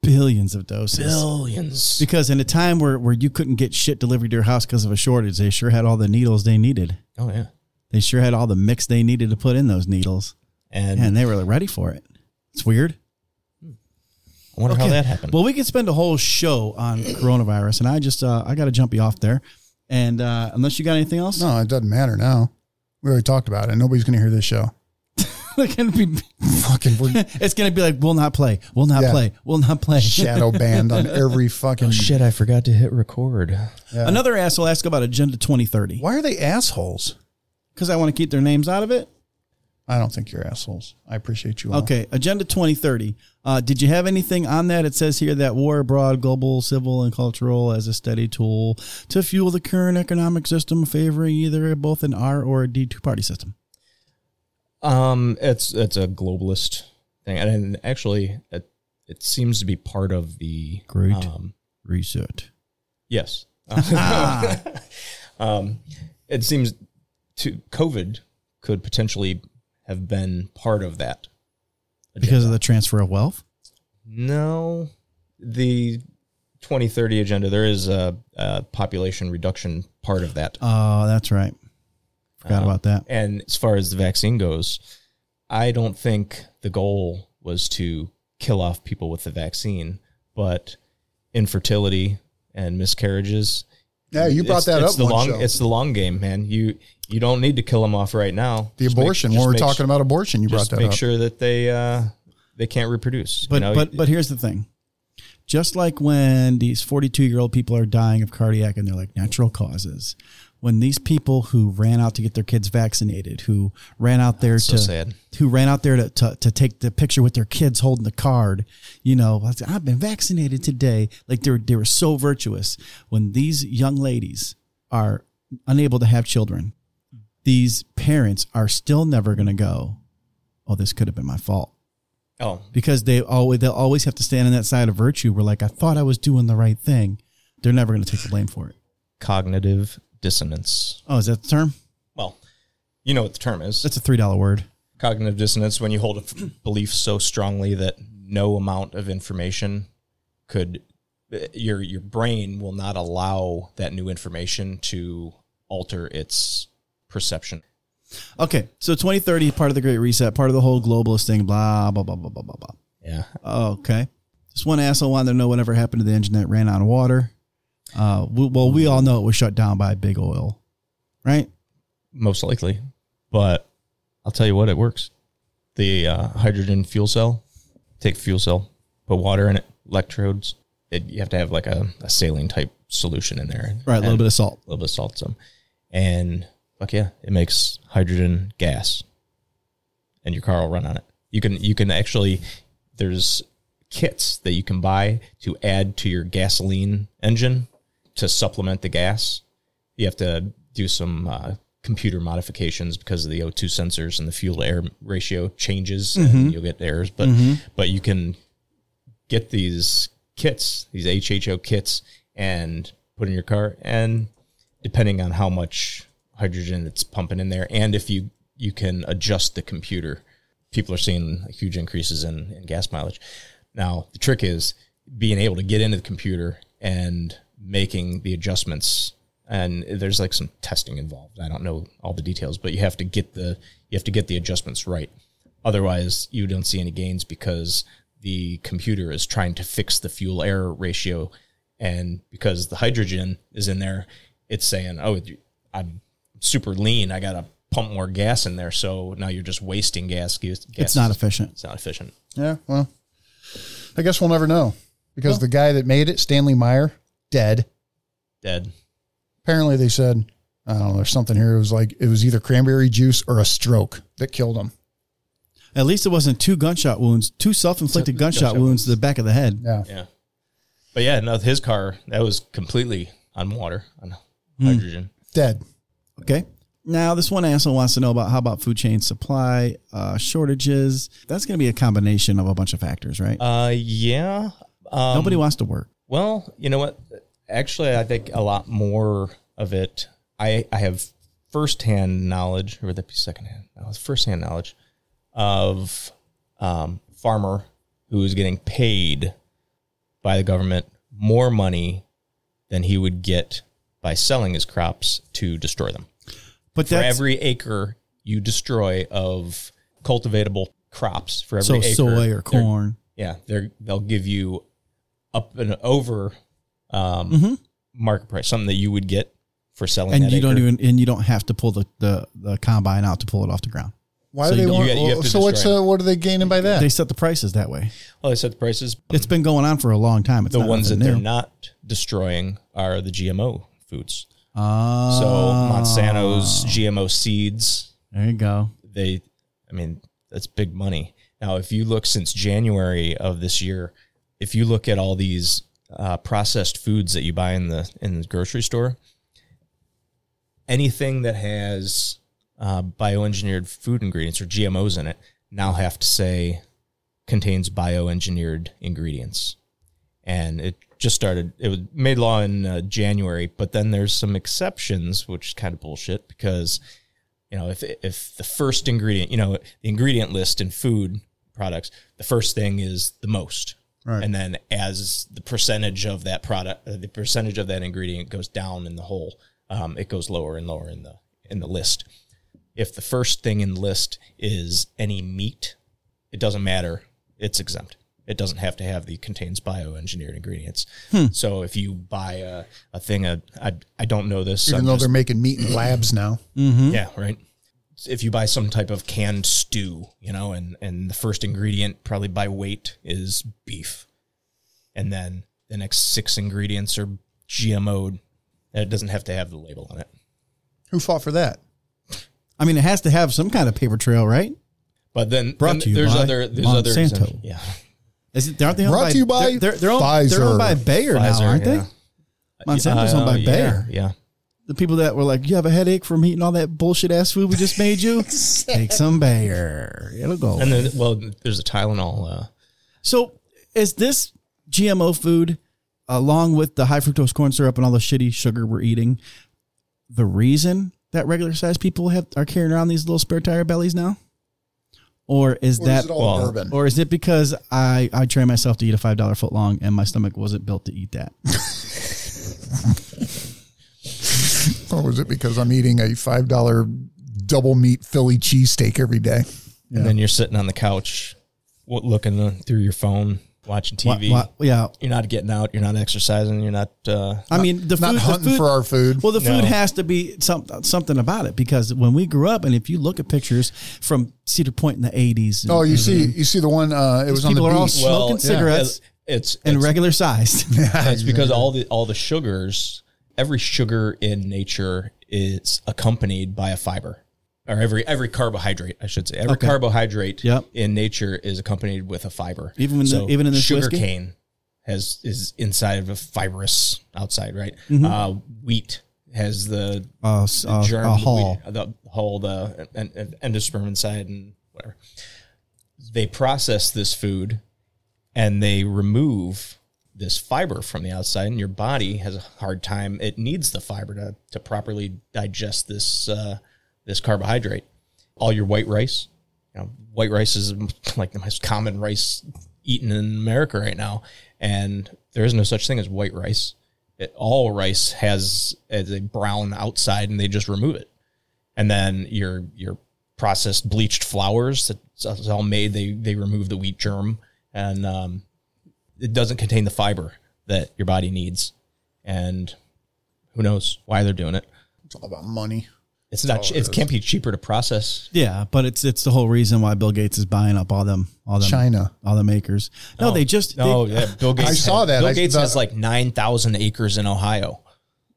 C: billions of doses
A: Billions.
C: because in a time where, where you couldn't get shit delivered to your house because of a shortage they sure had all the needles they needed
A: Oh yeah,
C: They sure had all the mix they needed to put in those needles,
A: and
C: and they were ready for it. It's weird.
A: I wonder how that happened.
C: Well, we could spend a whole show on coronavirus, and I just uh, I got to jump you off there. And uh, unless you got anything else,
B: No, it doesn't matter now. We already talked about it. Nobody's going to hear this show. [laughs]
C: [laughs] it's gonna be
A: [laughs]
B: Fucking we're
C: it's gonna be like we'll not play, we'll not
B: Yeah.
C: play, we'll not play.
B: shadow banned on every fucking.
A: Oh, Shit, I forgot to hit record.
B: Yeah.
C: Another asshole asked about Agenda 2030
B: Why are they assholes?
C: because I want to keep their names out of it.
B: I don't think you're assholes. I appreciate you. All.
C: Okay, Agenda 2030. Uh, did you have anything on that? It says here that war abroad, global, civil, and cultural as a steady tool to fuel the current economic system favoring either both an R or a D2 party system.
A: Um, it's it's a globalist thing, and, and actually, it, it seems to be part of the
C: Great.
A: Um,
C: Reset. [laughs]
A: yes, [laughs] um, it seems to COVID could potentially have been part of that.
C: Because of the transfer of wealth?
A: No, the 2030 agenda. There is a, a population reduction part of that.
C: Oh, that's right. Forgot about that.
A: And as far as the vaccine goes, I don't think the goal was to kill off people with the vaccine, but infertility and miscarriages.
B: Yeah, you brought
A: it's-
B: that
A: it's
B: up.
A: The
B: one
A: long,
B: show.
A: It's the long game, man. You you don't need to kill them off right now.
B: the
A: Just make-
B: abortion.
A: just
B: when we're
A: make
B: talking
A: su-
B: about abortion, you brought
A: just
B: that
A: make
B: up.
A: sure that they uh, they can't reproduce.
C: But but but here's the thing. Just like when these 42 year old people are dying of cardiac and they're like natural causes, when these people who ran out to get their kids vaccinated, who ran out there
A: so
C: to
A: sad.
C: who ran out there to, to to take the picture with their kids holding the card, you know, I said, I've been vaccinated today. Like they were they were so virtuous. When these young ladies are unable to have children, these parents are still never going to go. Oh, this could have been my fault
A: oh
C: because they always they'll always have to stand on that side of virtue. We're like, I thought I was doing the right thing. They're never going to take the blame for it.
A: cognitive dissonance.
C: Oh, is that the term?
A: Well, you know what the term is.
C: That's a three dollar word.
A: cognitive dissonance when you hold a f- [clears throat] belief so strongly that no amount of information could eh, your your brain will not allow that new information to alter its perception.
C: Okay, so twenty thirty, part of the Great Reset, part of the whole globalist thing. Blah blah blah blah blah blah blah.
A: Yeah.
C: Oh, Okay, this one asshole wanted to know whatever happened to the engine that ran out of water. Uh, we, well, we all know it was shut down by big oil, right?
A: Most likely. But I'll tell you what it works. The uh, hydrogen fuel cell, take fuel cell, put water in it, electrodes. It, you have to have like a, a saline type solution in there.
C: Right, a little
A: And-
C: bit of salt.
A: a little bit of salt some and fuck yeah it makes hydrogen gas and your car will run on it you can you can actually there's kits that you can buy to add to your gasoline engine to supplement the gas you have to do some uh, computer modifications because of the o2 sensors and the fuel to air ratio changes and you'll get errors but but you can get these kits, these HHO kits, and put in your car. And depending on how much hydrogen it's pumping in there, and if you you can adjust the computer, people are seeing huge increases in, in gas mileage. Now the trick is being able to get into the computer and making the adjustments. And there's like some testing involved. I don't know all the details, but you have to get the you have to get the adjustments right. Otherwise, you don't see any gains because the computer is trying to fix the fuel air ratio. And because the hydrogen is in there, it's saying, oh, I'm super lean. I got to pump more gas in there. So now you're just wasting gas. gas
C: It's not efficient.
A: It's not efficient.
B: Yeah, well, I guess we'll never know because the guy that made it, Stanley Meyer, dead.
A: Dead.
B: Apparently, they said I don't know. There's something here. It was like it was either cranberry juice or a stroke that killed him.
C: At least it wasn't two gunshot wounds, two self-inflicted gunshot,
A: gunshot
C: wounds to the back of the head.
B: Yeah,
A: Yeah. But yeah, no, his car, that was completely on water, on
C: Hmm.
A: hydrogen.
B: dead.
C: Okay. Now, this one asshole wants to know about how about food chain supply uh, shortages. That's going to be a combination of a bunch of factors, right?
A: Uh, yeah. Um,
C: Nobody wants to work.
A: Well, you know what? Actually, I think a lot more of it. I I have firsthand knowledge, or would that be secondhand? No, it's firsthand knowledge of um, farmer who is getting paid by the government more money than he would get by selling his crops to destroy them.
C: But
A: For
C: that's
A: every acre you destroy of cultivatable crops, for every
C: so
A: acre,
C: soy or
A: they're-
C: corn.
A: Yeah, they're they'll give you up and over um, market price, something that you would get for selling.
C: Mm-hmm. and
A: that
C: you don't
A: acre.
C: even and you don't have to pull the, the the combine out to pull it off the ground.
B: Why
A: So
B: do they
A: you-
B: want?
A: you- you have to
B: so what's
A: destroy
B: uh, what are they gaining by that?
C: They set the prices that way.
A: Well, they set the prices.
C: It's been going on for a long time. It's
A: The
C: not
A: ones that
C: nothing
A: they're
C: new.
A: not destroying are the GMO foods.
C: Ah,
A: So Monsanto's GMO seeds,
C: There you go.
A: they, I mean, that's big money. Now, if you look since January of this year, if you look at all these uh, processed foods that you buy in the in the grocery store, anything that has uh, bioengineered food ingredients or GMOs in it now have to say contains bioengineered ingredients. And it just started, it was made law in uh, January, but then there's some exceptions, which is kind of bullshit because, you know, if, if the first ingredient, you know, the ingredient list in food products, the first thing is the most.
B: Right.
A: And then as the percentage of that product, uh, the percentage of that ingredient goes down in the whole, um, it goes lower and lower in the, in the list. If the first thing in the list is any meat, it doesn't matter. It's exempt. It doesn't have to have the contains bioengineered ingredients.
B: Hmm.
A: So if you buy a, a thing, a, I, I don't know this.
B: Even
A: I'm
B: though
A: just-
B: they're making meat in labs now,
C: Hmm?
A: yeah, right. If you buy some type of canned stew, you know, and and the first ingredient probably by weight is beef, and then the next six ingredients are GMO'd. It doesn't have to have the label on it.
B: who fought for that?
C: I mean, it has to have some kind of paper trail, right?
A: But then,
C: Brought
A: then
C: to you
A: there's
C: by
A: other there's other
C: Monsanto.
A: exemption- yeah.
C: Is it, aren't they owned
B: Brought
C: by,
B: to you by
C: they're, they're, they're owned,
B: Pfizer.
C: They're owned by Bayer
A: Pfizer,
C: now, aren't
A: yeah.
C: they? Monsanto's owned
A: Uh,
C: by
A: yeah,
C: Bayer.
A: Yeah.
C: The people that were like, "You have a headache from eating all that bullshit ass food we just made
A: [laughs]
C: you. Take some Bayer. It'll go."
A: And then, well, there's a Tylenol. Uh,
C: So is this GMO food, along with the high fructose corn syrup and all the shitty sugar we're eating, the reason that regular sized people have are carrying around these little spare tire bellies now? Or is
B: Or is
C: that
B: it all
A: well,
B: bourbon?
C: or is it because I, I trained myself to eat a five dollar foot long and my stomach wasn't built to eat that?
A: [laughs]
B: [laughs] Or was it because I'm eating a five dollar double meat Philly cheesesteak every day?
A: And then you're sitting on the couch, wa- looking uh, through your phone, watching TV.
C: Why- why- yeah.
A: You're not getting out. You're not exercising. You're not. Uh,
C: I mean the
B: Not
C: food, the
B: hunting
C: food-
B: for our food.
C: Well, the
A: No.
C: food has to be some, something about it because when we grew up, and if you look at pictures from Cedar Point in the 80s,
B: oh, you see, you see the one. Uh, it was on the
C: people are all
B: beach.
C: smoking cigarettes
A: It's
C: and
A: it's,
C: regular sized.
B: [laughs]
C: [laughs]
A: it's because all the all the sugars, every sugar in nature is accompanied by a fiber, or every every carbohydrate, I should say. Every
C: Okay.
A: carbohydrate
C: Yep.
A: in nature is accompanied with a fiber.
C: Even in the- even in this
A: sugar
C: whiskey?
A: cane has is inside of a fibrous outside, right?
C: Mm-hmm.
A: Uh, wheat has the
C: uh, s- uh,
A: germ,
C: a hall.
A: the, the hull, the en- en- endosperm inside, and whatever. They process this food, and they remove this fiber from the outside, and your body has a hard time. It needs the fiber to to properly digest this uh, this carbohydrate. All your white rice, you know, white rice is [laughs] like the most common rice eaten in America right now, and there is no such thing as white rice. It, all rice has as a brown outside, and they just remove it. And then your your processed bleached flours that's that's all made. They they remove the wheat germ, and um, it doesn't contain the fiber that your body needs. And who knows why they're doing it?
B: It's all about money.
A: It's not. It can't be cheaper to process.
C: Yeah, but it's it's the whole reason why Bill Gates is buying up all them all them
B: China.
C: all the makers. No, they just
A: No,
C: they-
A: yeah, Bill Gates.
B: I saw
A: has-
B: that.
A: Bill
B: I-
A: Gates
B: the-
A: has like nine thousand acres in Ohio.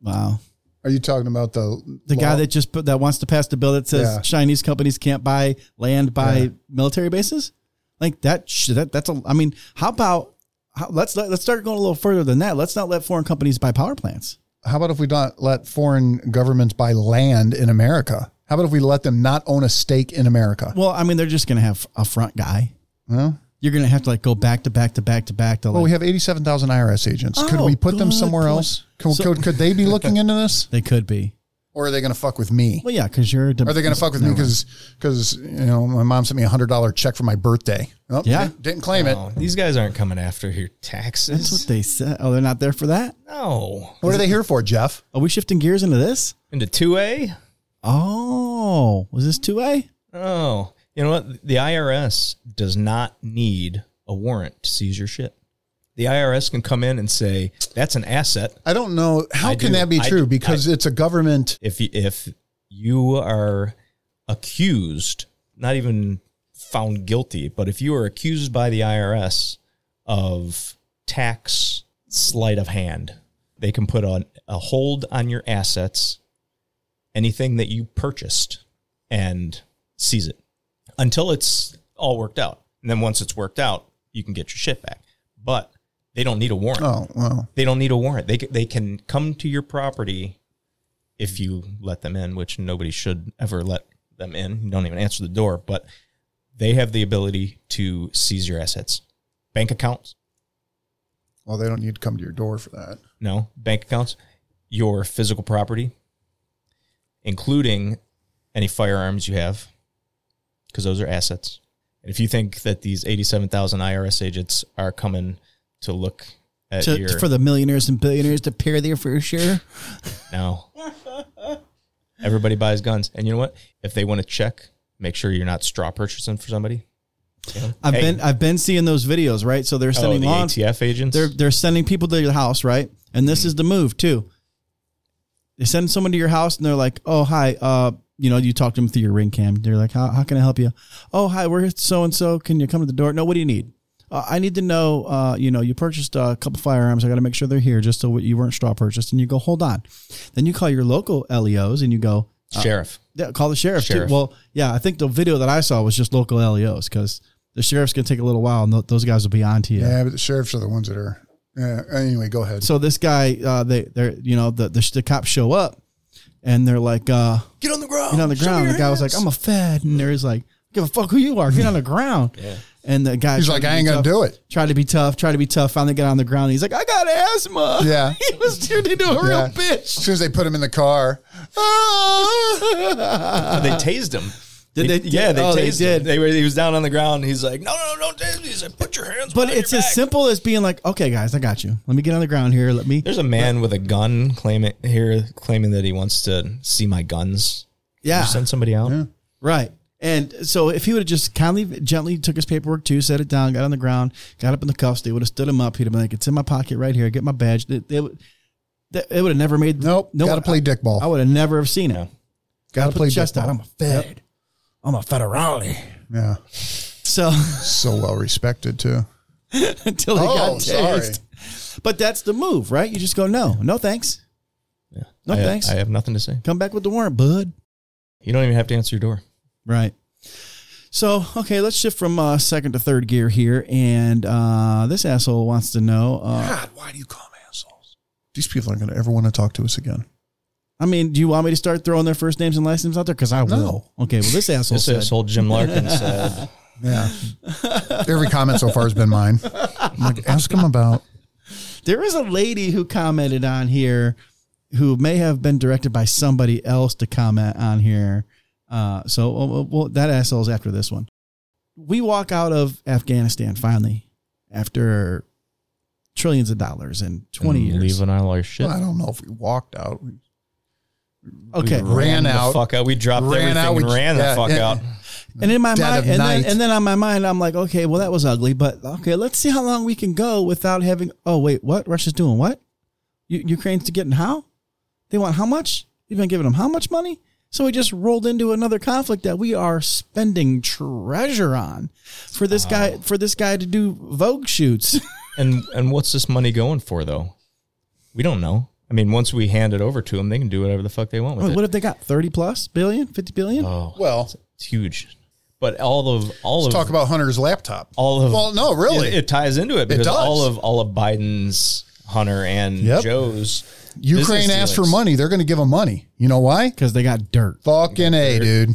C: wow.
B: Are you talking about the
C: The guy
B: law?
C: that just put, that wants to pass the bill that says
B: Yeah.
C: Chinese companies can't buy land by
B: Yeah.
C: military bases, like that. sh- That that's a. I mean, how about how, let's let, let's start going a little further than that. Let's not let foreign companies buy power plants.
B: How about if we don't let foreign governments buy land in America? How about if we let them not own a stake in America?
C: Well, I mean, they're just going to have a front guy. You're going to have to like go back to back to back to back to. Like,
B: Well, we have 87,000 IRS agents. could
C: Oh,
B: we put them
C: good
B: somewhere
C: point.
B: else? Could,
C: So-
B: could, could they be looking into this?
C: they could be.
B: Or are they going to fuck with me?
C: Well, yeah, because you're.
B: Are they going to fuck with me because, you know, my mom sent me a $100 check for my birthday? Oh,
C: Yeah.
B: Didn't, didn't claim it.
A: Oh, these guys aren't coming after your
C: That's what
A: taxes.
C: they said. Oh, they're not there for that.
A: No,
B: What are they here for, Jeff?
C: Are we shifting gears into this?
A: into two A.
C: Oh, was this two A?
A: Oh, you know what? The IRS does not need a warrant to seize your shit. The IRS can come in and say that's an asset.
B: I don't know. How
A: I
B: can
A: do.
B: that be
A: I-
B: true? because it's a government.
A: If you, if you are accused, not even found guilty, but if you are accused by the IRS of tax sleight of hand, they can put on a hold on your assets, anything that you purchased, and seize it until it's all worked out. And then once it's worked out, you can get your shit back. But they don't need a warrant
B: Oh, well.
A: they don't need a warrant. They ca- they can come to your property if you let them in, which nobody should ever let them in. You don't even answer the door, but they have the ability to seize your assets, bank accounts.
B: Well, they don't need to come to your door for that.
A: No, bank accounts, your physical property, including any firearms you have, because those are assets. And if you think that these eighty-seven thousand IRS agents are coming to look at
C: To,
A: your
C: for the millionaires and billionaires to pair their for sure.
A: No. Everybody buys guns. And you know what? If they want to check, make sure you're not straw purchasing for somebody. You know?
C: I've
A: Hey,
C: been I've been seeing those videos, right? So they're
A: oh,
C: sending
A: the
C: law
A: ATF agents.
C: they're they're sending people to your house, right? And this is the move too. They send someone to your house and they're like, "Oh hi, uh, you know, you talk to them through your ring cam. They're like, how, how can I help you? Oh hi, we're so and so. Can you come to the door? No, what do you need? Uh, I need to know. Uh, you know, you purchased a couple firearms. I got to make sure they're here, just so you weren't straw purchased. And you go, hold on. Then you call your local LEOs and you go,
A: sheriff.
C: yeah, call the sheriff. too.
A: Sheriff.
C: Well, yeah, I think the video that I saw was just local LEOs because the sheriff's gonna take a little while and th- those guys will be on to you.
B: Yeah. but the sheriffs are the ones that are. Yeah, anyway, go ahead.
C: So this guy, uh, they, they're, you know, the, the the cops show up, and they're like, uh,
A: Get on the ground.
C: get on the ground. The guy was like, I'm a fed, and there's like, give a fuck who you are, get on the ground. And the guy,
B: He's
C: tried
B: like,
C: to
B: I
C: be
B: ain't going
C: tough-
B: to do it.
C: Tried to be tough, tried to be tough. Finally, get on the ground. And he's like, I got asthma.
B: Yeah.
C: [laughs] he was turned into a
B: Yeah.
C: real bitch. [laughs]
B: As soon as they put him in the car, Ah!
C: [laughs]
A: they tased him.
C: Did they-
A: yeah, they
C: oh,
A: tased
C: they
A: him.
C: did.
A: They were, he was down on the ground. He's like, no, no, don't tase me. He said, put your hands
C: But
A: behind
C: it's
A: your
C: as
A: back.
C: simple as being like, okay, guys, I got you. Let me get on the ground here. Let me.
A: There's a man with a gun claiming here claiming that he wants to see my guns.
C: Yeah.
A: Send somebody out.
C: Right. And so if he would have just kindly, gently took his paperwork too, set it down, got on the ground, got up in the cuffs, they would have stood him up. He'd have been like, it's in my pocket right here. Get my badge. They, they would, they, it would have never made.
B: nope,
C: No,
B: got to play dick ball.
C: I would have never have seen it.
B: got to
C: Put
B: play
C: the
B: dick
C: chest out.
B: ball.
C: I'm a fed. I'm a federale.
B: Yeah,
C: So [laughs]
B: so well respected too.
C: until he
B: Oh,
C: got
B: sorry.
C: tased. But that's the move, right? You just go, no, no thanks.
A: Yeah.
C: No,
A: I-
C: thanks.
A: I have nothing to say.
C: Come back with the warrant, bud.
A: You don't even have to answer your door.
C: Right. So, okay, let's shift from uh, second to third gear here. And uh, this asshole wants to know uh,
B: God, why do you call them assholes? These people aren't going to ever want to talk to us again.
C: I mean, do you want me to start throwing their first names and last names out there? Because I will. Okay. Well,
A: [laughs]
C: this asshole
A: This
C: said,
A: asshole
C: [laughs]
A: Jim Larkin said,
B: Yeah, [laughs] every comment so far has been mine. I'm like, ask them about.
C: there is a lady who commented on here who may have been directed by somebody else to comment on here. Uh, so, well, well, well, that asshole's after this one. We walk out of Afghanistan finally after trillions of dollars and 20
A: and
C: years.
A: leaving all our shit.
B: Well, I don't know if we walked out. We
C: Okay.
A: We
B: Ran
A: the
B: out.
A: fuck out. We dropped
B: Ran
A: everything
B: out.
A: and
B: We-
A: ran
B: yeah,
A: the fuck
B: yeah.
A: out.
C: And in my
B: Dead
C: mind,
B: of
C: and then,
B: night.
C: and then on my mind, I'm like, okay, well, that was ugly, but okay, let's see how long we can go without having. Oh wait, what Russia's doing? What U- Ukraine's to getting how? They want how much? You've been giving them how much money? So we just rolled into another conflict that we are spending treasure on for this guy for this guy to do Vogue shoots. [laughs]
A: And and what's this money going for though? We don't know. I mean, once we hand it over to them, they can do whatever the fuck they want with
C: what
A: it.
C: if they got thirty plus billion, fifty billion?
A: Oh,
B: Well,
A: it's huge. But all of all
B: let's
A: of
B: talk about Hunter's laptop.
A: all of
B: well, no, really.
A: it, it ties into it because
B: does.
A: all of all of Biden's Hunter and
B: Yep.
A: Joe's
B: Ukraine
A: business
B: asked for
A: dealings.
B: money. They're going to give them money. You know why?
C: Because they got dirt.
B: Fucking a, dude.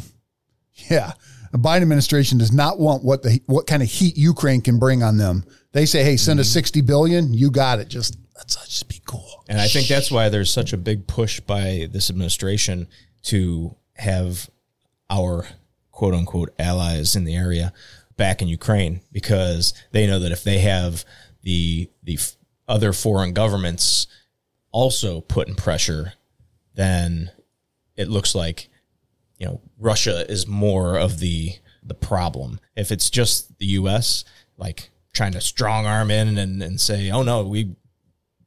B: Yeah, the Biden administration does not want what the what kind of heat Ukraine can bring on them. They say, hey, send us sixty billion. You got it. Just let's just be cool.
A: And I think that's why there's such a big push by this administration to have our quote unquote allies in the area back in Ukraine because they know that if they have the the f- other foreign governments also putting pressure, then it looks like you know Russia is more of the the problem. If it's just the U.S., like trying to strong arm in and, and say, oh no, we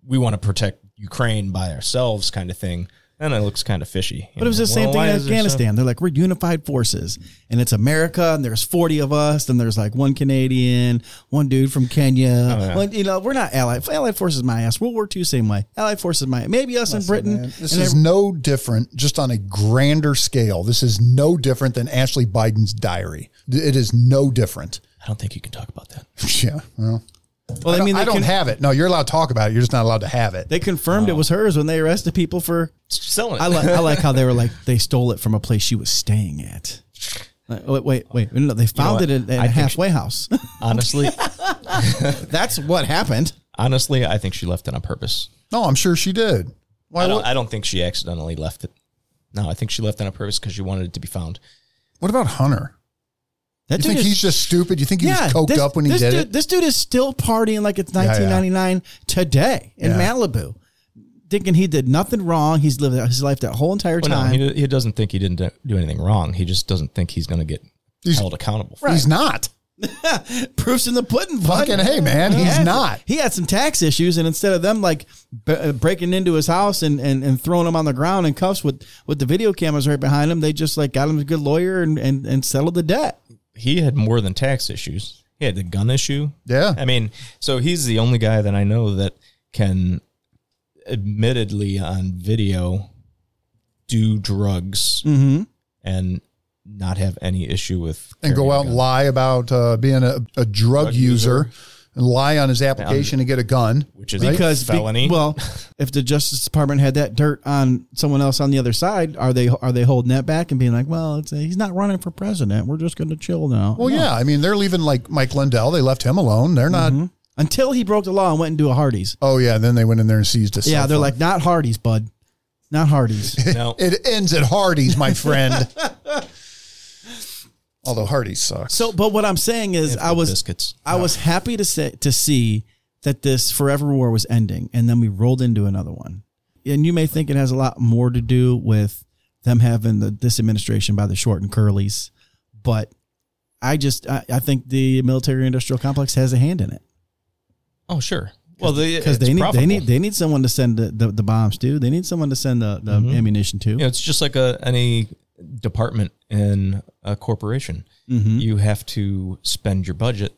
A: we want to protect Ukraine by ourselves, kind of thing. And it looks kind of fishy.
C: But it was the same thing in Afghanistan. They're like, we're unified forces. And it's America, and there's 40 of us, and there's like one Canadian, one dude from Kenya.
B: Oh,
C: one- you know, we're not allied. Allied forces, my ass. World War II, same way. Allied forces, my Maybe us in Britain.
B: This is no different, just on a grander scale. This is no different than Ashley Biden's diary. It is no different. [laughs]
A: I don't think you can talk about that.
B: Yeah. Well,
C: well,
B: I,
C: I
B: don't,
C: mean, they,
B: I don't
C: con-
B: have it. No, you're allowed to talk about it. You're just not allowed to have it.
C: they confirmed it was hers when they arrested people for.
A: Selling it.
C: I, like I like how they were like, they stole it from a place she was staying at. Like, wait, wait, wait. No, they found
A: what?
C: it at, at
A: I
C: a
A: think
C: halfway house.
A: [laughs]
C: [laughs]
A: honestly,
C: That's what happened.
A: honestly, I think she left it on purpose.
B: no, I'm sure she did. Why
A: I don't,
B: would-
A: I don't think she accidentally left it. No, I think she left it on purpose because she wanted it to be found.
B: What about Hunter?
C: That
B: You
C: dude
B: think
C: is
B: he's just stupid? You think he was coked
C: this-
B: up when he
C: this
B: did
C: dude,
B: it?
C: This dude is still partying like it's
B: yeah.
C: 1999 today in
B: Yeah.
C: Malibu, thinking he did nothing wrong. He's lived his life that whole entire
A: Well, Oh, no,
C: time.
A: he, he doesn't think he didn't do- do anything wrong. He just doesn't think he's going to get
B: He's-
A: held accountable. For
B: He's not.
C: [laughs] Proofs in the pudding. bud.
B: Fucking hey, man,
C: He
B: he's
C: had-
B: not.
C: He had some tax issues, and instead of them like b- uh, breaking into his house and, and, and throwing him on the ground in cuffs with, with the video cameras right behind him, they just like got him a good lawyer and, and, and settled the debt.
A: He had more than tax issues. He had the gun issue.
B: Yeah.
A: I mean, so he's the only guy that I know that can, admittedly on video, do drugs
C: Mm-hmm.
A: and not have any issue with
B: and go
A: carrying a
B: out and
A: gun.
B: lie about uh, being a, a drug, user, and lie on his application to get a gun.
A: which is
C: because
A: because
C: be-
A: felony.
C: well, if the Justice Department had that dirt on someone else on the other side, are they are they holding that back and being like, well, it's he's not running for president. We're just going to chill now.
B: Well, yeah. I mean, they're leaving like Mike Lindell. They left him alone. They're not.
C: until he broke the law and went into a Hardee's.
B: Oh yeah. Then they went in there and seized us.
C: yeah, they're like not Hardee's, bud, not
A: [laughs]
C: Hardee's.
A: no,
B: It ends at Hardy's, [laughs] my friend. Although Hardy's sucks.
C: so, but what I'm saying is, [laughs] I was
A: biscuits.
C: I was happy to say, to see that this forever war was ending, and then we rolled into another one. And you may think it has a lot more to do with them having the this administration by the short and curlies, but I just I, I think the military industrial complex has a hand in it
A: Oh sure. Well,
C: because they need they need they need someone to send the, the, the bombs to. They need someone to send the, the
B: Mm-hmm.
C: ammunition to.
A: you know, it's just like a any department in a corporation. You have to spend your budget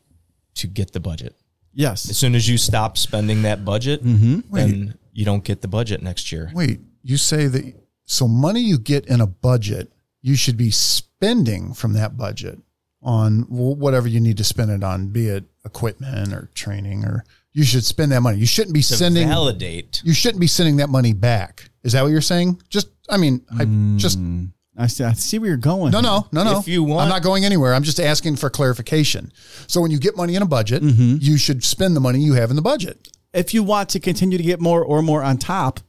A: to get the budget. As
C: Yes,
A: soon as you stop spending that budget, then you don't get the budget next year.
B: Wait, you say that so money you get in a budget, you should be spending from that budget on wh- whatever you need to spend it on, be it equipment or training, or you should spend that money. You shouldn't be
A: To
B: sending.
A: validate.
B: you shouldn't be sending that money back. Is that what you're saying? Just, I mean, I just no,
C: I see. I see where you're going.
B: no, no, no.
A: If you want-
B: I'm not going anywhere. I'm just asking for clarification. So when you get money in a budget,
A: Mm-hmm.
B: you should spend the money you have in the budget.
C: If you want to continue to get more or more on top,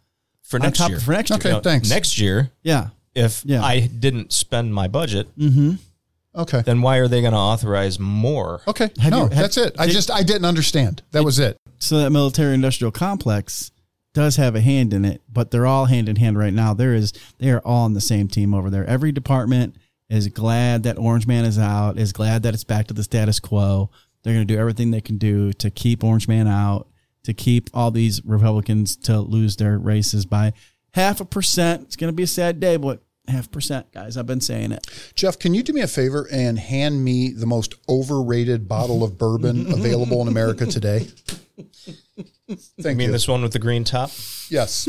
A: for
C: on
A: next
C: top
A: year.
C: for next year.
B: Okay. thanks.
A: Next year,
C: Yeah.
A: if
C: Yeah.
A: I didn't spend my budget,
B: Okay.
A: then why are they going to authorize more?
B: Okay.
C: Have
B: no,
C: you- have-
B: that's it. I
C: did-
B: just, I didn't understand. That was it.
C: so that military industrial complex does have a hand in it, but they're all hand in hand right now. There is they are all on the same team over there. Every department is glad that Orange Man is out, is glad that it's back to the status quo. They're going to do everything they can do to keep Orange Man out, to keep all these Republicans to lose their races by half a percent. It's going to be a sad day, but half percent, guys. I've been saying it.
B: Jeff, can you do me a favor and hand me the most overrated bottle of
A: [laughs]
B: bourbon available in America today?
A: I
B: Thank
A: mean,
B: you.
A: this one with the green top.
B: yes.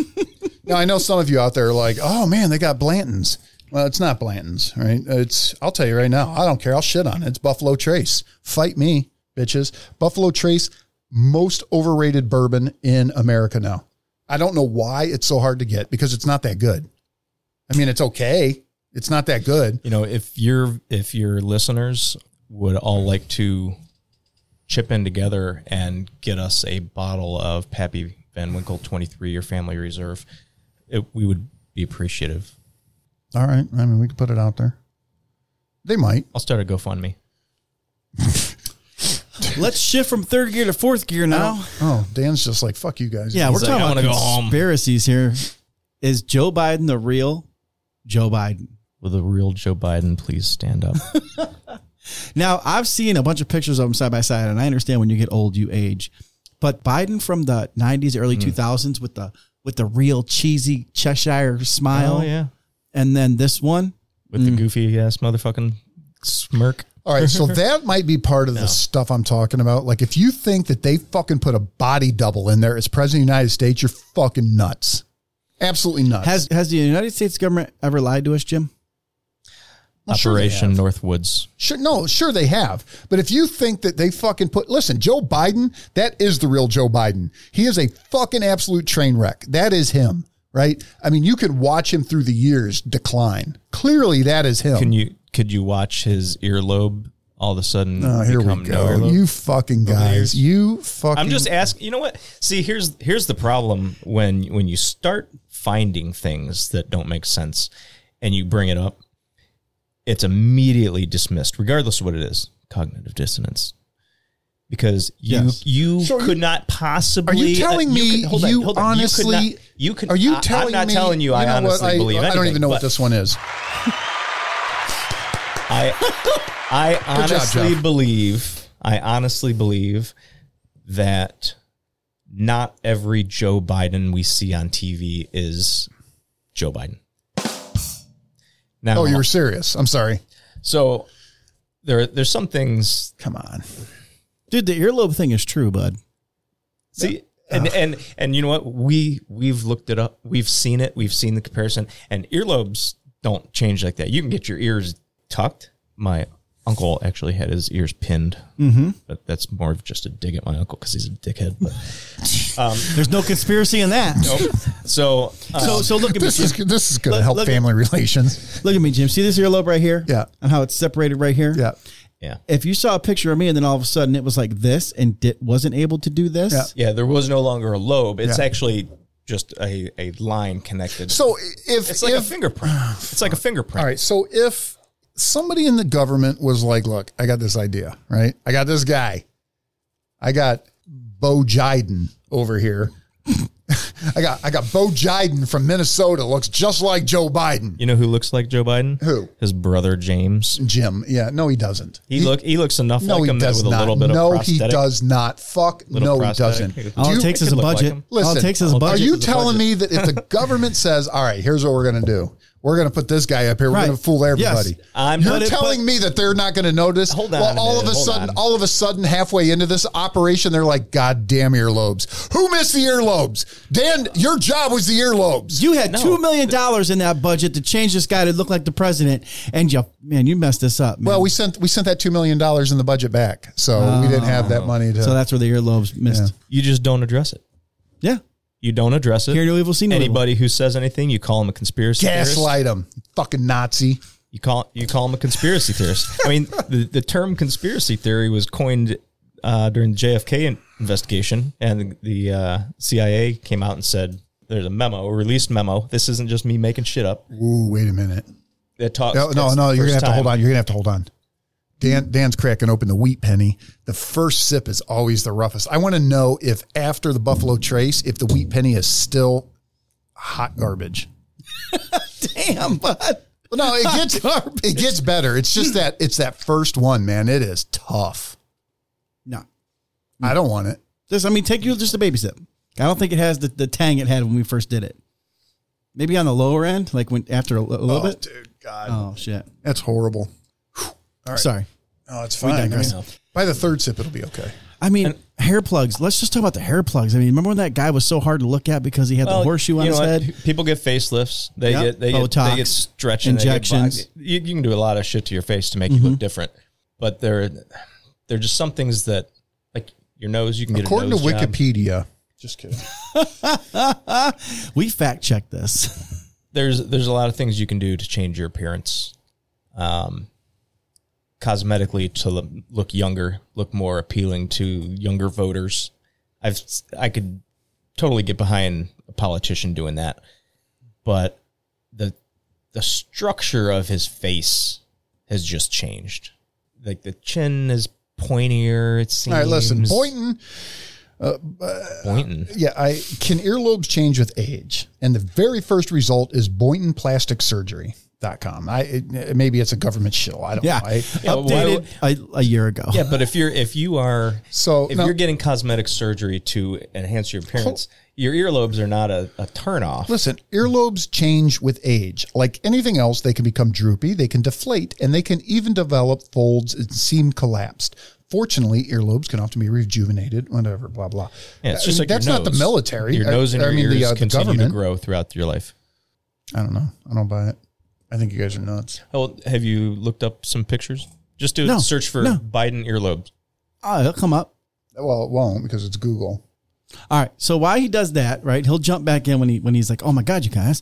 B: now I know some of you out there are like, "Oh man, they got Blanton's." Well, it's not Blanton's, right? It's I'll tell you right now. I don't care. I'll shit on it. It's Buffalo Trace. Fight me, bitches. Buffalo Trace, most overrated bourbon in America now. I don't know why it's so hard to get because it's not that good. I mean, it's okay. It's not that good.
A: you know if your if your listeners would all like to chip in together and get us a bottle of pappy van winkle 23 year family reserve it, we would be appreciative
B: All right. I mean, we can put it out there. They might.
A: i'll start a gofundme
C: Let's shift from third gear to fourth gear now.
B: Oh, Dan's just like, fuck you guys.
C: Yeah, we're
A: like,
C: talking
A: "I
C: about
A: wanna go home."
C: conspiracies here. Is Joe Biden the real Joe Biden?
B: [laughs]
A: will the real joe biden please stand up
C: Now, I've seen a bunch of pictures of them side by side, and I understand when you get old, you age. But Biden from the '90s, early
A: Hmm.
C: 2000s, with the with the real cheesy Cheshire smile,
A: Oh yeah,
C: and then this one,
A: with
B: Mm.
A: the goofy ass motherfucking smirk.
B: All
A: [laughs]
B: right, so that might be part of the stuff I'm talking about. Like, if you think that they fucking put a body double in there as president of the United States, you're fucking nuts. Absolutely nuts.
C: has has the United States government ever lied to us, Jim?
B: Well, sure they
A: Operation
B: have.
A: Northwoods.
B: Sure, no, sure they have. But if you think that they fucking put, listen, Joe Biden, that is the real Joe Biden. He is a fucking absolute train wreck. That is him, right? I mean, you could watch him through the years decline. Clearly, that is him.
A: Can you could you watch his earlobe all of a sudden
B: oh, here
A: become
B: we go.
A: no earlobe?
B: you fucking guys. You fucking.
A: I'm just asking. You know what? See, here's here's the problem when when you start finding things that don't make sense, and you bring it up, it's immediately dismissed, regardless of what it is. Cognitive dissonance, because you
C: Yes.
A: you
B: So are you-
A: could not possibly.
B: Are you telling me
A: uh, could- hold on,
B: you
A: hold on, could
B: honestly?
A: not- You could.
B: Are you
A: I-
B: telling
A: I'm not
B: me-
A: telling you. I
B: know what?
A: honestly
B: I,
A: believe.
B: I don't even know what
A: anything,
B: this one is.
A: but I I
B: job,
A: honestly
B: Jeff.
A: believe. I honestly believe that not every Joe Biden we see on TV is Joe Biden. Now,
B: Oh, you were serious. I'm sorry.
A: so there. There's some things.
B: Come on.
C: Dude, the earlobe thing is true, bud.
A: See, and and and you know what? We we've looked it up. We've seen it. We've seen the comparison. And earlobes don't change like that. You can get your ears tucked. My uncle actually had his ears pinned, mm-hmm. but that's more of just a dig at my uncle because he's a dickhead.
B: [laughs]
A: But
C: There's no conspiracy in
A: [laughs]
C: that.
A: so uh,
C: So, so look at me,
B: [laughs] This is
C: Jim.
B: this is going to
C: Look-
B: help
C: look at-
B: family [laughs] relations.
C: look at me, Jim. See this earlobe right here?
B: Yeah.
C: And how it's separated right here?
B: Yeah.
A: yeah,
C: If you saw a picture of me and then all of a sudden it was like this and it wasn't able to do this,
B: Yeah.
A: yeah, there was no longer a lobe. It's
B: Yeah.
A: actually just a, a line connected.
B: So if
A: it's like a
B: if,
A: fingerprint. It's like a fingerprint.
B: All right. So if somebody in the government was like, look, I got this idea, right? I got this guy. I got Bo Jiden over here. [laughs] I got I got Bo Jiden from Minnesota. Looks just like Joe Biden.
A: You know who looks like Joe Biden?
B: Who?
A: His brother James.
B: Jim. Yeah. No, he doesn't.
A: He, look he looks enough
B: No,
A: like
B: he
A: him that
B: does
A: with a
B: not.
A: little bit
B: no,
A: of
B: he
A: prosthetic.
B: does not. Fuck.
A: little
B: No, he
A: prosthetic.
B: doesn't.
A: Do
C: all
A: you-
C: it takes
A: it
C: is
A: could
C: a
A: look
C: budget.
A: like him.
C: all
B: Listen,
C: it takes is a
B: Are
C: budget.
B: you
A: is a
B: telling me that if the government says, "All right, here's what we're going to do. We're going to put this guy up here. We're
C: Right.
B: going to fool
C: Yes.
B: everybody."
A: I'm
B: You're
A: but it-
B: telling
A: but-
B: me that they're not going to notice.
A: Hold on
B: Well,
A: a
B: all of
A: minute,
B: a
A: hold
B: sudden,
A: on.
B: all of a sudden, halfway into this operation, they're like, "God damn earlobes! Who missed the earlobes? Dan, your job was the earlobes."
C: You had two million dollars in that budget to change this guy to look like the president, and you, man, you messed this up. man.
B: well, we sent we sent that two million dollars in the budget back, so we didn't have that money to.
C: Oh. so that's where the earlobes missed.
A: You just don't address it.
C: Yeah,
A: You don't address it.
C: Hear no evil, see no evil.
A: Anybody who says anything, you call him a conspiracy theorist.
B: gaslight him, fucking Nazi.
A: You call you call him a conspiracy theorist. I
B: [laughs]
A: mean, the, the term conspiracy theory was coined uh, during the JFK in- investigation, and the uh, CIA came out and said there's a memo, a released memo. This isn't just me making shit up.
B: Ooh, wait a minute. Oh,
A: That talks.
B: No, no,
A: that's
B: no
A: the
B: you're gonna have
A: first
B: to hold
A: time.
B: on. You're gonna have to hold on. Dan, Dan's cracking open the wheat penny. The first sip is always the roughest. I want to know if after the Buffalo Trace, if the wheat penny is still hot garbage.
C: [laughs] damn, bud.
B: Well, no, it [laughs] gets it gets better. It's just that it's that first one, man. It is tough.
C: No,
B: I don't want it.
C: this I mean, take you just a baby step. I don't think it has the, the tang it had when we first did it. Maybe on the lower end, like when after a, li- a little bit.
B: Oh, dude, God,
C: Oh shit!
B: that's horrible.
C: Sorry.
B: Oh, it's fine. I
C: digress.
B: mean, by the third sip, it'll be okay.
C: I mean, hair plugs. Let's just talk about the hair plugs. I mean, remember when that guy was so hard to look at because he had
A: Well,
C: the horseshoe on
A: you
C: his
A: know what?
C: head?
A: People get facelifts. They
C: Yep.
A: get they get,
C: Botox,
A: they get stretching
C: injections. Mm-hmm.
A: you, you can do a lot of shit to your face to make you look different, but there there are just some things that like your nose. You can get
B: According
A: a
B: to
A: nose job.
B: Wikipedia, just kidding.
C: We fact checked this. [laughs]
A: There's there's a lot of things you can do to change your appearance, um, cosmetically to lo- look younger, look more appealing to younger voters. I've s- I could totally get behind a politician doing that, but the the structure of his face has just changed. Like the chin is pointier. It seems.
B: All right, listen, Boynton.
A: pointing.
B: Yeah, I can earlobes change with age, and the very first result is Boynton plastic surgery. com. I it, maybe it's a government shill. I don't
C: Yeah,
B: know.
C: [laughs]
B: I,
C: updated a, a year ago. [laughs]
A: Yeah, but if you're if you are
B: So,
A: if
B: no.
A: you're getting cosmetic surgery to enhance your appearance, your earlobes are not a, a turnoff.
B: Listen, earlobes change with age. Like anything else, they can become droopy, they can deflate, and they can even develop folds and seem collapsed. Fortunately, earlobes can often be rejuvenated, whatever, blah, blah.
A: Yeah, it's
B: I
A: just
B: mean,
A: like your
B: that's not the
A: nose.
B: military.
A: Your
B: I-
A: nose and
B: I
A: your
B: mean,
A: ears
B: the, uh, the
A: continue to
B: government.
A: grow throughout your life.
B: I don't know. I don't buy it. I think you guys are nuts.
A: Oh, have you looked up some pictures? Just do
C: No,
A: a search for
C: no.
A: Biden earlobes.
C: Oh, it'll come up.
B: Well, it won't because it's Google.
C: All right. So while he does that, right, he'll jump back in when he when he's like, "Oh my god, you guys!"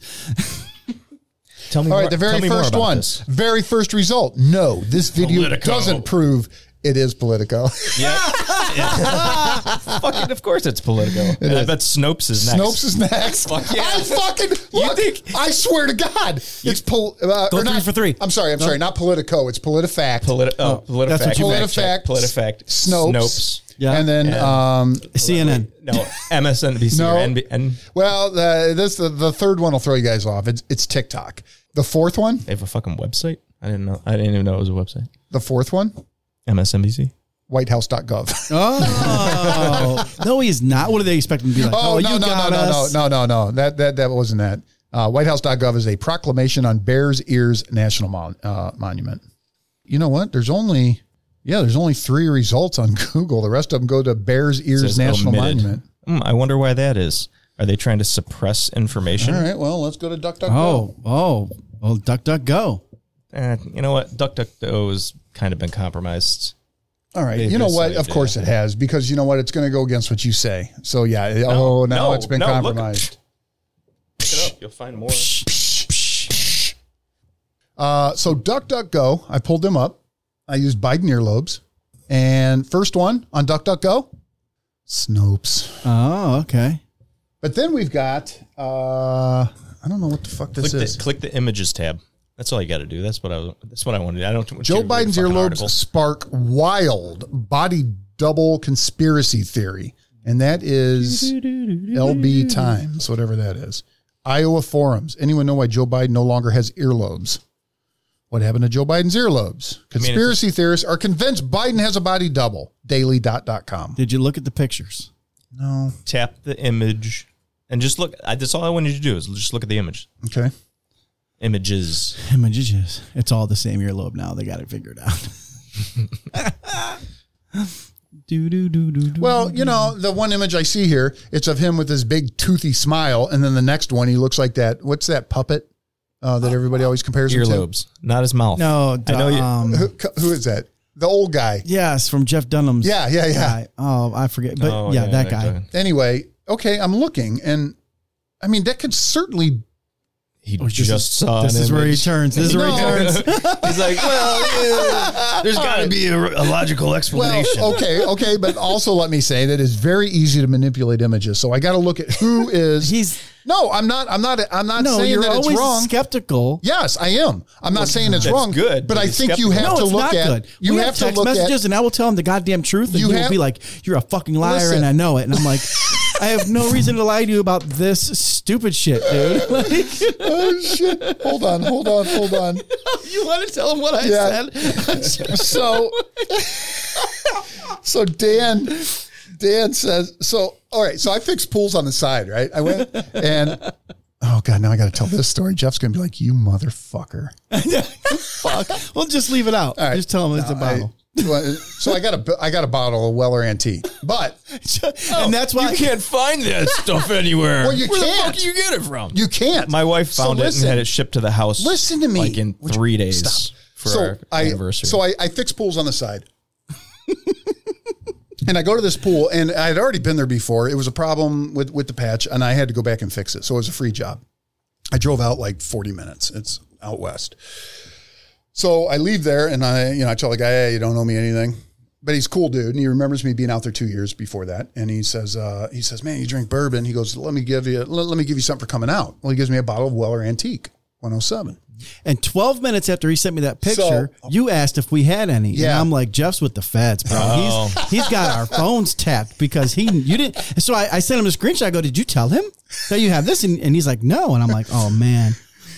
A: Tell me
B: All
A: more,
B: right, the
A: tell
B: very
A: me more
B: first
A: about
B: one,
A: this.
B: very first result. No, this video
A: Politico.
B: doesn't prove it is Politico. [laughs]
A: [laughs] Fucking, of course it's Politico. and I
B: is.
A: bet Snopes is next.
B: Snopes is next.
A: Fuck yeah.
B: I fucking look.
A: think-
B: I swear to God, it's pol. Uh,
C: Go
B: or
C: three
B: not-
C: for three.
B: I'm sorry. I'm sorry. Not Politico. It's Politifact.
A: Politi- oh, PolitiFact.
C: that's what you-
A: Fact check. PolitiFact.
B: Politifact. Snopes.
C: Yeah.
B: And then, um,
C: CNN.
A: No, MSNBC
B: No.
A: or NB- and
B: well, uh, this the, the third one will throw you guys off. It's, it's TikTok. The fourth one.
A: they have a fucking website. I didn't know. I didn't even know it was a website.
B: The fourth one.
A: MSNBC.
B: [laughs] WhiteHouse.gov.
C: [laughs] Oh no, he's not. What do they expect him to be like?
B: Oh,
C: you
B: no, no, no,
C: got
B: no,
C: us.
B: no, no, no, no. That that that wasn't that. Uh, WhiteHouse.gov is a proclamation on Bears Ears National Mon- uh, Monument. You know what? There's only yeah, there's only three results on [laughs] Google. The rest of them go to Bears Ears
A: Says
B: National
A: omitted.
B: Monument.
A: Hmm, I wonder why that is. Are they trying to suppress information?
B: All right, well, let's go to DuckDuckGo.
C: Oh, oh, well, duck, duck, go.
A: Eh, you know what? DuckDuckGo has kind of been compromised.
B: All right.
A: They've
B: You know what?
A: decided,
B: Of course it has, because you know what? It's going to go against what you say. So, yeah. oh, now
A: no,
B: it's been
A: no, look.
B: compromised.
A: Look it up. You'll find more.
B: Uh, so, DuckDuckGo, I pulled them up. I used Biden earlobes. And first one on DuckDuckGo, Snopes.
C: Oh, okay.
B: But then we've got, uh, I don't know what the fuck
A: Click
B: this
A: the,
B: is.
A: click the images tab. That's all you got to do. That's what I. was- That's what I wanted. I don't. want
B: Joe
A: you to read a
B: Biden's
A: fucking
B: earlobes
A: article.
B: spark wild body double conspiracy theory. And that is LB Times, whatever that is. Iowa forums. Anyone know why Joe Biden no longer has earlobes? What happened to Joe Biden's earlobes? Conspiracy theorists are convinced Biden has a body double. Daily.com.
C: Did you look at the pictures?
B: No.
A: Tap the image, and just look. I, that's all I wanted you to do is just look at the image.
B: Okay.
A: Images.
C: Images. yes. It's all the same earlobe now. They got it figured out.
B: [laughs]
C: do do do do do.
B: Well, you know, the one image I see here, it's of him with his big toothy smile. And then the next one, he looks like that. What's that puppet uh, that everybody always compares him to?
A: Earlobes, not his mouth.
C: no,
A: I know you-
C: um,
B: Who, who is that? The old guy.
C: yes, from Jeff Dunham's.
B: Yeah, yeah, yeah.
C: guy. Oh, I forget, but
A: Oh,
C: yeah, that guy.
B: Anyway, okay, I'm looking, and I mean that could certainly.
A: He
C: This
A: just
C: is-
A: saw.
C: Oh, This
A: an
C: is where he
A: image.
C: turns. This is where
B: [laughs]
C: he
B: No.
C: turns.
A: He's like, well, yeah, there's got to be a, a logical
B: Well,
A: explanation.
B: okay, okay, but also let me say that it's very easy to manipulate images. So I got to look at who is.
C: He's
B: no, I'm not. I'm not. I'm [laughs] not
C: no.
B: saying
C: You're
B: that it's
C: always
B: wrong.
C: skeptical.
B: yes, I am. I'm not saying it's
A: that's
B: wrong.
A: good,
B: but
A: but
B: I
A: it's
B: think
A: skeptical.
B: you have
C: No,
B: to
C: it's
B: look
C: not
B: at.
C: good.
B: You
C: we
B: have, to
C: text
B: look
C: messages,
B: at.
C: and I will tell him the goddamn truth, and
B: You
C: he will
B: have-
C: be like, "You're a fucking liar,"
B: Listen.
C: and I know it. And I'm like, I have no reason to lie to you about this stupid shit, dude. [laughs] Like,
B: oh shit! Hold on, hold on, hold on.
C: you want to tell him what I
B: Yeah.
C: said? [laughs]
B: so so dan dan says so all right so i fixed pools on the side right i went and oh god now i gotta tell this story jeff's gonna be like you motherfucker [laughs]
C: Fuck. We'll just leave it out.
B: right.
C: Just tell him it's a
B: I-
C: bottle.
B: so i got a i got a bottle of weller antique but Oh,
C: and that's why I
A: can't find that stuff anywhere. [laughs]
B: Well, you can't.
A: do get it from?
B: you can't
A: My wife
B: So
A: found it
B: listen.
A: and had it shipped to the house.
B: Listen to me.
A: Like in
B: Would you-
A: three days
B: Stop.
A: for our
B: I,
A: anniversary.
B: So I, I fix pools on the side. [laughs] and I go to this pool, and I had already been there before. It was a problem with, with the patch, and I had to go back and fix it. So it was a free job. I drove out like 40 minutes. It's out west. So I leave there, and I, you know, I tell the guy, hey, you don't owe me anything. But he's a cool dude, and he remembers me being out there two years before that. And he says, uh, he says, man, you drink bourbon. He goes, let me give you, let, let me give you something for coming out. Well, he gives me a bottle of Weller Antique 107.
C: And 12 minutes after he sent me that picture, you asked if we had any. And
B: Yeah.
C: I'm like, Jeff's with the feds, bro. He's he's got our phones tapped because he you didn't. So I, I sent him a screenshot. I go, did you tell him that you have this? And, and he's like, no. And I'm like, oh man.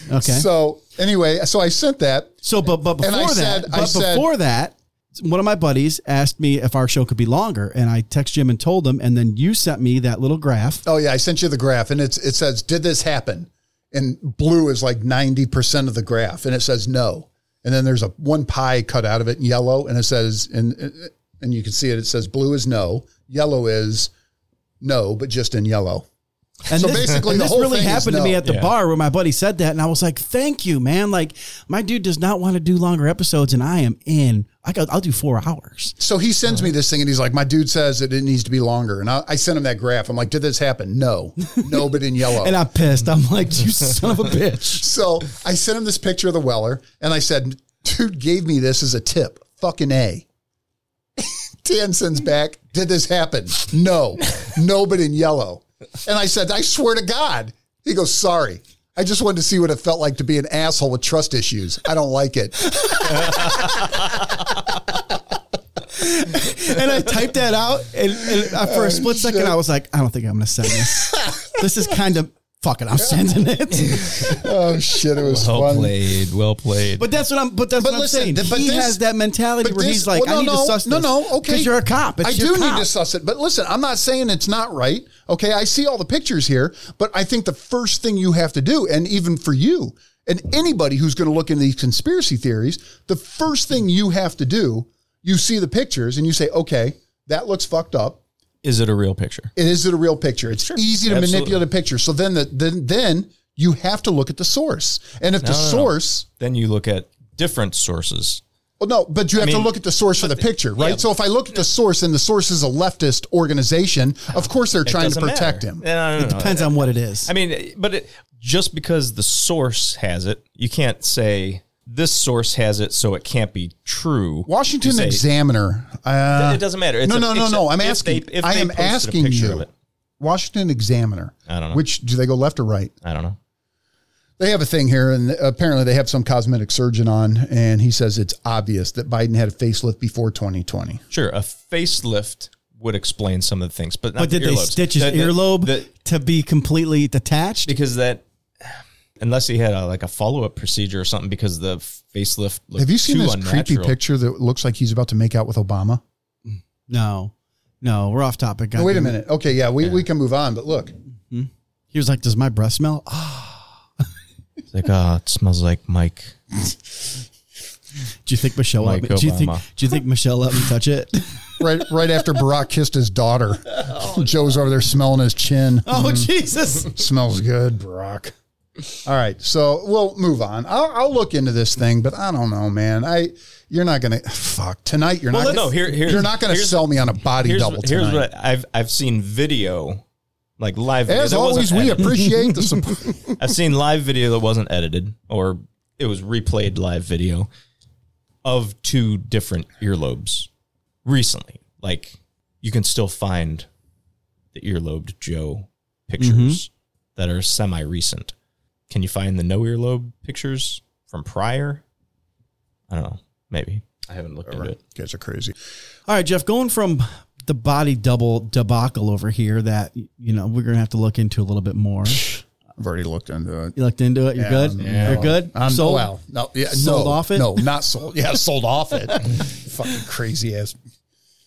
C: Okay.
B: So Anyway, so I sent that.
C: So, but but
B: And I
C: before
B: said-
C: that,
B: I
C: but
B: said-
C: before that, one of my buddies asked me if our show could be longer, and I text Jim and told him, and then you sent me that little graph.
B: Oh yeah, I sent you the graph, and it's it says, "Did this happen?" And blue is like ninety percent of the graph, and it says no. And then there's a one pie cut out of it in yellow, and it says, and and you can see it. It says blue is no, yellow is no, but just in yellow.
C: And
B: So basically
C: and
B: the
C: this
B: whole
C: really
B: thing is
C: happened to me
B: no.
C: at the
A: Yeah.
C: bar where my buddy said that, and I was like, "Thank you, man! Like, my dude does not want to do longer episodes, and I am in. I got, I'll do four hours.
B: So he sends me this thing, and he's like, "My dude says that it needs to be longer." And I, I sent him that graph. I'm like, "Did this happen?" No, [laughs] no, but in yellow.
C: And I'm pissed. I'm like, you son of a bitch.
B: so I sent him this picture of the Weller, and I said, "Dude gave me this as a tip. Fucking a." [laughs] Tan sends back, "Did this happen?" No, no, but in yellow. And I said, "I swear to God." He goes, "Sorry." I just wanted to see what it felt like to be an asshole with trust issues. I don't like it.
C: [laughs] And I typed that out, and, and I-
B: Oh,
C: for a split second, I was like, I don't think I'm going to send this. this is kind of fuck it. I'm sending it.
B: [laughs] Oh shit, it was
A: Well
B: fun.
A: played, well played.
C: But that's what I'm. But that's
B: But
C: what
B: listen,
C: I'm saying.
B: th- but
C: he
B: this-
C: has that mentality
B: But
C: where
B: this-
C: he's like,
B: well,
C: I need
B: no,
C: to suss
B: no,
C: this.
B: no, okay.
C: because you're a cop. It's
B: I
C: your
B: do
C: cop.
B: need to suss it, but listen, I'm not saying it's not right. Okay, I see all the pictures here, but I think the first thing you have to do, and even for you and anybody who's going to look into these conspiracy theories, the first thing you have to do, you see the pictures and you say, okay, that looks fucked up.
A: is it a real picture?
B: It is it a real picture. It's easy to
A: Absolutely.
B: manipulate a picture. So then, the, then then you have to look at the source, and if the
A: no, no.
B: source.
A: Then you look at different sources.
B: Well, no, but you have to
A: mean,
B: look at the source of the picture, right? so if I look at the source and the source is a leftist organization, of course they're
A: It
B: trying to
A: doesn't
B: protect
A: matter.
B: him.
A: No, no, no, no.
C: Depends on what it is.
A: I mean, but it, just because the source has it, you can't say this source has it, so it can't be true.
B: Washington
A: You say-
B: Examiner. Uh,
A: It doesn't matter. It's
B: no,
A: a-
B: no, no,
A: it's a-
B: no. I'm
A: if
B: asking.
A: they- if
B: I
A: they
B: am
A: posted a
B: asking
A: picture of
B: you.
A: it.
B: Washington Examiner.
A: I don't know.
B: Which do they go left or right?
A: I don't know.
B: They have a thing here, and apparently they have some cosmetic surgeon on, and he says it's obvious that Biden had a facelift before 2020.
A: Sure, a facelift would explain some of the things, but not
C: but did
A: the
C: they
A: earlobes.
C: stitch his
A: The- the-
C: earlobe
A: the-
C: to be completely detached?
A: because that, unless he had a, like a follow up procedure or something, because the facelift. Looked
B: Have you seen
A: too
B: this creepy
A: unnatural.
B: picture that looks like he's about to make out with Obama?
C: No, no, we're off topic.
B: No, wait a minute. Okay, yeah, we, we can move on, but look.
C: He was like, "Does my breath smell?" Ah,
A: It's like, oh, it smells like Mike.
C: do you think Michelle? Let
A: Mike
C: me, do you think?
A: Obama.
C: Do you think Michelle let me
A: [laughs]
C: touch it?
B: right right after Barack kissed his daughter.
A: Oh,
B: Joe's over there smelling his chin.
C: oh Jesus!
B: Smells good, Barack. All right, so we'll move on. I'll, I'll look into this thing, but I don't know, man. I you're not gonna fuck tonight. You're
A: Well,
B: not.
A: let's-
B: gonna-
A: no, here- here-
B: you're not gonna
A: here's-
B: sell me on a body
A: Here's,
B: double tonight.
A: here's what I've I've seen video, like live. Video
B: As
A: that
B: always,
A: wasn't
B: we
A: edited.
B: appreciate the
A: [laughs]
B: support.
A: I've seen live video that wasn't edited, or it was replayed live video of two different earlobes recently. Like you can still find the earlobed Joe pictures
B: Mm-hmm.
A: that are semi recent. Can you find the no earlobe pictures from prior? I don't know. Maybe I haven't looked into it.
B: guys are crazy.
C: All right, Jeff. Going from the body double debacle over here that you know we're gonna have to look into a little bit
A: [sighs]
C: more.
B: I've already looked into it.
C: You looked into it. You're good. You're good.
B: I'm
C: Sold?
B: Well, no, yeah,
C: Sold
B: no,
C: off it?
B: No, not sold. Yeah, sold off
C: [laughs]
B: it. Fucking crazy ass.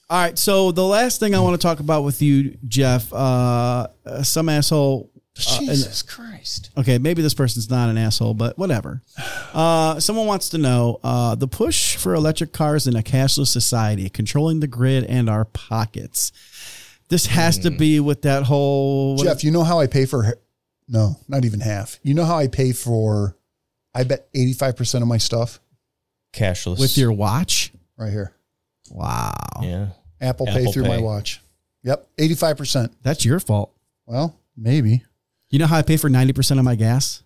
C: All right. So the last thing I want to talk about with you, Jeff, uh, uh, some asshole.
B: Jesus Christ.
C: Okay, maybe this person's not an asshole, but whatever. Uh, someone wants to know uh, the push for electric cars in a cashless society, controlling the grid and our pockets. This has
A: Hmm.
C: to be with that whole.
B: Jeff, you know how I pay for no, not even half. You know how I pay for I bet 85% of my stuff
A: Cashless
C: with your watch.
B: right here.
C: Wow,
A: yeah.
B: Apple, Pay
A: Apple
B: through my
A: Pay.
B: watch. Yep, 85%.
C: that's your fault.
B: Well, maybe.
C: You know how I pay for ninety percent of my gas?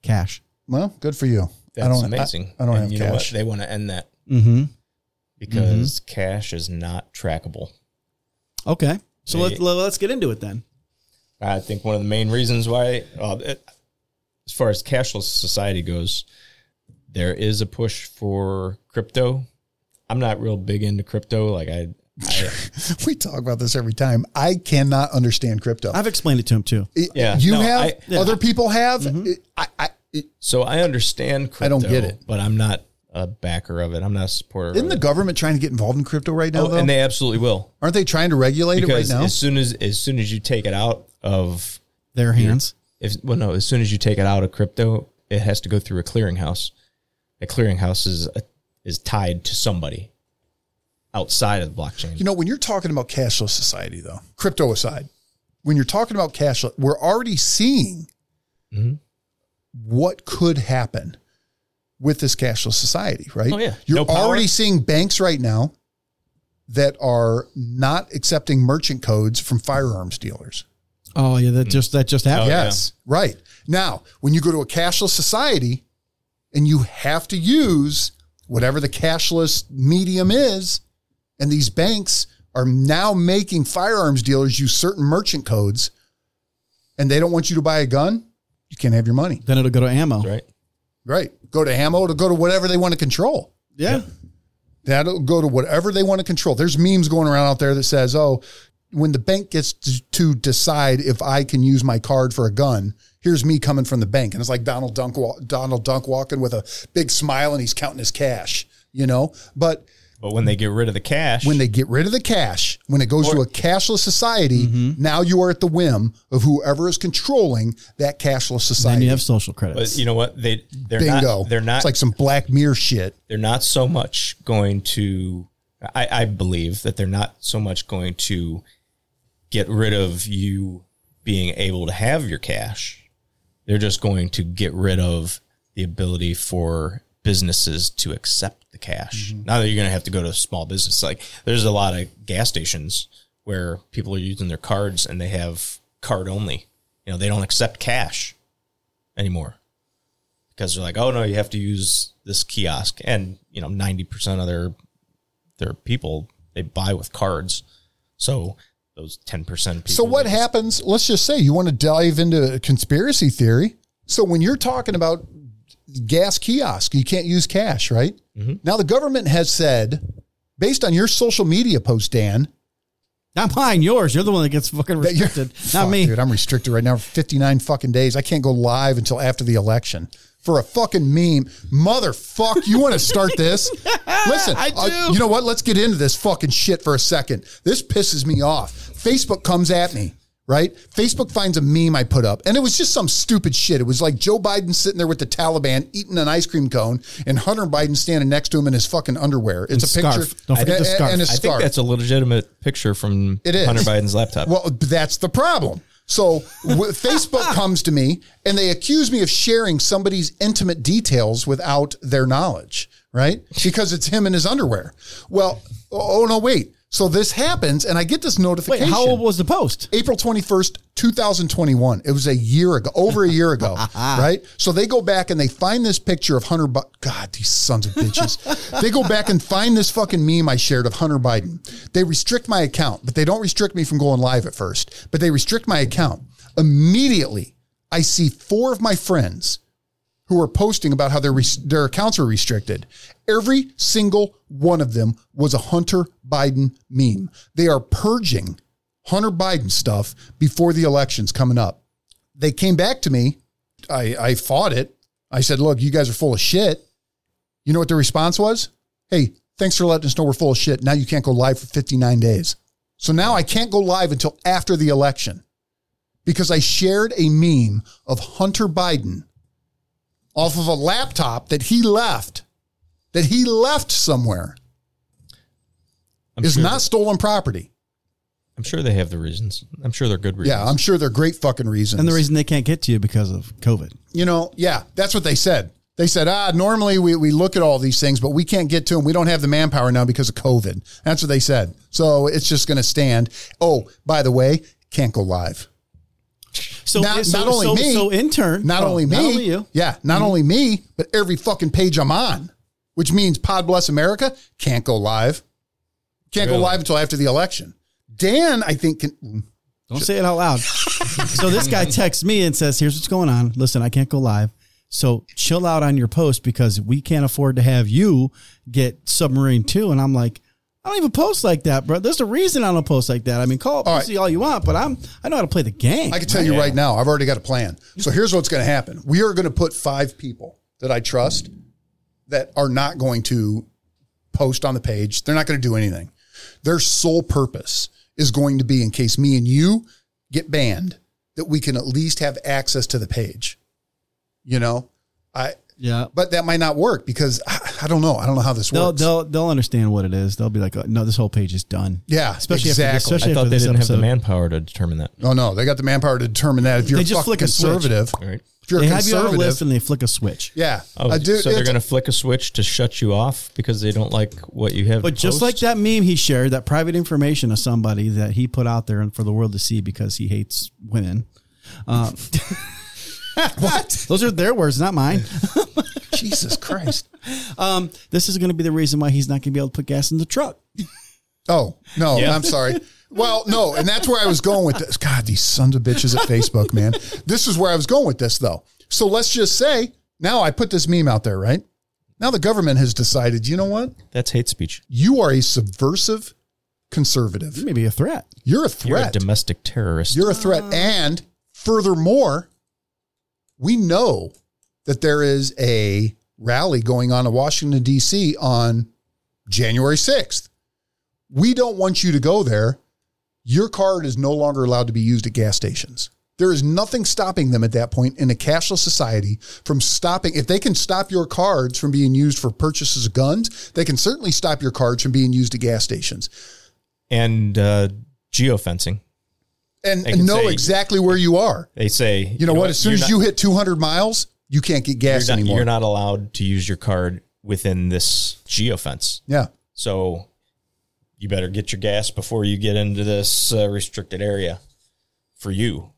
C: Cash.
B: Well, good for you.
A: That's
B: I don't,
A: amazing.
B: I, I don't
A: And
B: have
A: you know what?
B: cash.
A: They want to end that
C: Mm-hmm.
A: because cash is not trackable.
C: Okay, so
A: Hey.
C: let, let, let's get into it then.
A: I think one of the main reasons why, uh, it- as far as cashless society goes, there is a push for crypto. I'm not real big into crypto. Like I, I
B: [laughs] we talk about this every time. I cannot understand crypto.
C: I've explained it to him too.
B: It-
A: Yeah, Mm-hmm.
B: you
A: no,
B: have,
A: I- yeah.
B: other people have. It- I, I,
A: So I understand crypto.
B: I don't get it.
A: But I'm not a backer of it. I'm not a supporter
B: Isn't
A: of
B: the
A: it.
B: government trying to get involved in crypto right now?
A: Oh,
B: though?
A: and they absolutely will.
B: Aren't they trying to regulate it right
A: Because
B: now?
A: as soon as as soon as you take it out of
C: Their hands.
A: if well no, as soon as you take it out of crypto, it has to go through a clearinghouse. A clearinghouse is is tied to somebody outside of the blockchain.
B: You know, when you're talking about cashless society, though, crypto aside, when you're talking about cashless, we're already seeing
A: Mm-hmm.
B: what could happen with this cashless society, right?
A: Oh, yeah.
B: You're
A: No power.
B: already seeing banks right now that are not accepting merchant codes from firearms dealers.
C: Oh yeah, that just that just happened.
A: Oh, yeah.
B: yes. Right. Now, when you go to a cashless society and you have to use whatever the cashless medium is, and these banks are now making firearms dealers use certain merchant codes and they don't want you to buy a gun, you can't have your money.
C: Then it'll go to ammo.
A: right?
B: Right. Go to ammo to go to whatever they want to control.
C: Yeah.
B: That'll go to whatever they want to control. There's memes going around out there that says, "Oh, when the bank gets to, to decide if I can use my card for a gun, here's me coming from the bank." And it's like Donald Dunk wa- Donald Dunk walking with a big smile and he's counting his cash, you know? But
A: But when they get rid of the cash,
B: when they get rid of the cash, when it goes to a cashless society,
C: Mm-hmm.
B: now you are at the whim of whoever is controlling that cashless
C: Then
B: society.
C: you have social
A: but
C: credits.
A: you know what? They they're
B: Bingo.
A: not they're not
B: It's like some black mirror shit.
A: they're not so much going to I, I believe that they're not so much going to get rid of you being able to have your cash. They're just going to get rid of the ability for businesses to accept the cash. Now that you're going to have to go to small business, like there's a lot of gas stations where people are using their cards and they have card only. You know, they don't accept cash anymore because they're like, oh no, you have to use this kiosk, and you know, ninety percent of their their people they buy with cards, so those ten percent. people.
B: So what
A: they-
B: happens? Let's just say you want to dive into a conspiracy theory. So when you're talking about gas kiosk, you can't use cash, right? Now the government has said, based on your social media post, Dan,
C: not mine, yours. You're the one that gets fucking
B: that you're
C: restricted.
B: Fuck,
C: Not me.
B: dude. I'm restricted right now for 59 fucking days. I can't go live until after the election. For a fucking meme, motherfuck! You want to start
C: [laughs]
B: this? Listen, uh,
C: I do.
B: you know what? Let's get into this fucking shit for a second. This pisses me off. Facebook comes at me, right? Facebook finds a meme I put up, and it was just some stupid shit. It was like Joe Biden sitting there with the Taliban eating an ice cream cone, and Hunter Biden standing next to him in his fucking underwear. It's a
C: scarf.
B: picture.
C: Don't forget the
B: and-
C: scarf.
B: And a
C: I
A: I
B: scarf.
A: think that's a legitimate picture from
B: It is.
A: Hunter Biden's laptop.
B: Well, that's the problem. So w- Facebook comes to me and they accuse me of sharing somebody's intimate details without their knowledge, right? Because it's him in his underwear. Well, oh no, wait. So this happens, and I get this
C: Wait,
B: notification.
C: how old was the post?
B: April 21st, 2021. It was a year ago, over a year ago, right? So they go back and they find this picture of Hunter Biden. God, these sons of bitches. they go back and find this fucking meme I shared of Hunter Biden. They restrict my account, but they don't restrict me from going live at first, but they restrict my account. Immediately, I see four of my friends who are posting about how their res- their accounts are restricted. Every single one of them was a Hunter Biden meme. They are purging Hunter Biden stuff before the elections coming up. They came back to me. I, I fought it. I said, "Look, you guys are full of shit." You know what their response was? "Hey, thanks for letting us know we're full of shit. Now you can't go live for 59 days." So now I can't go live until after the election because I shared a meme of Hunter Biden off of a laptop that he left, that he left somewhere,
A: I'm
B: is
A: sure,
B: not stolen property.
A: I'm sure they have the reasons. I'm sure they're good reasons.
B: Yeah, I'm sure they're great fucking reasons.
C: And the reason they can't get to you because of COVID.
B: you know, yeah, that's what they said. They said, ah, normally we, we look at all these things, but we can't get to them. We don't have the manpower now because of COVID. That's what they said. So it's just going to stand. Oh, by the way, can't go live.
C: So
B: Not-
C: so,
B: not only
C: so,
B: me.
C: so in turn,
B: Not
C: oh,
B: only me,
C: not only you. Mm-hmm.
B: yeah, not only me, but every fucking page I'm on, which means Pod Bless America can't go live. Can't go
A: Really?
B: live until after the election. Dan, I think, can,
C: Don't say it
B: [laughs]
C: out loud. so this guy texts me and says, "Here's what's going on. Listen, I can't go live. So chill out on your post because we can't afford to have you get submarine too." And I'm like, I don't even post like that, bro. There's a reason I don't post like that. I mean, call it
B: right.
C: pussy all you want, but I'm I know how to play the game.
B: I can tell you right now, I've already got a plan. So here's what's going to happen. We are going to put five people that I trust that are not going to post on the page. They're not going to do anything. Their sole purpose is going to be in case me and you get banned, that we can at least have access to the page. You know, I,
C: yeah.
B: but that might not work because I, I don't know. I don't know how this
C: They'll,
B: works.
C: they'll they'll understand what it is. They'll be like, oh, no, this whole page is done.
B: yeah,
C: especially after this-
B: exactly.
C: especially
A: I
C: after
A: thought they
C: this
A: didn't have the
C: episode.
A: manpower to determine that.
B: oh no, they got the manpower to determine that. If you're
C: They just
B: fuck
C: flick a switch.
B: conservative,
A: All right.
B: if you're
C: they
B: a
C: have you on a
B: conservative,
C: list and they flick a switch.
B: yeah,
A: Oh,
B: I do-
A: so they're
B: it's-
A: going to flick a switch to shut you off because they don't like what you have.
C: But just like that meme he shared, that private information of somebody that he put out there and for the world to see because he hates women. uh, [laughs]
B: what?
C: Those are their words, not mine.
B: Jesus Christ.
C: this is going to be the reason why he's not going to be able to put gas in the truck.
B: Oh, no, I'm sorry. Well, no, and that's where I was going with this. God, these sons of bitches at Facebook, man. This is where I was going with this, though. So let's just say now I put this meme out there, right? Now the government has decided, you know what?
A: that's hate speech.
B: You are a subversive conservative.
C: Maybe a threat.
B: You're a
A: You're a
B: threat.
A: domestic terrorist.
B: You're a threat. And furthermore, we know that there is a rally going on in Washington, D.C. on January 6th. We don't want you to go there. Your card is no longer allowed to be used at gas stations. There is nothing stopping them at that point in a cashless society from stopping. If they can stop your cards from being used for purchases of guns, they can certainly stop your cards from being used at gas stations.
A: and uh, geofencing.
B: And,
A: They can
B: know
A: say-
B: exactly where you are.
A: They say,
B: You know, what? As soon
A: you're
B: as
A: not-
B: you hit 200 miles, you can't get gas
A: you're not,
B: anymore.
A: you're not allowed to use your card within this geofence.
B: yeah.
A: So you better get your gas before you get into this uh, restricted area for you.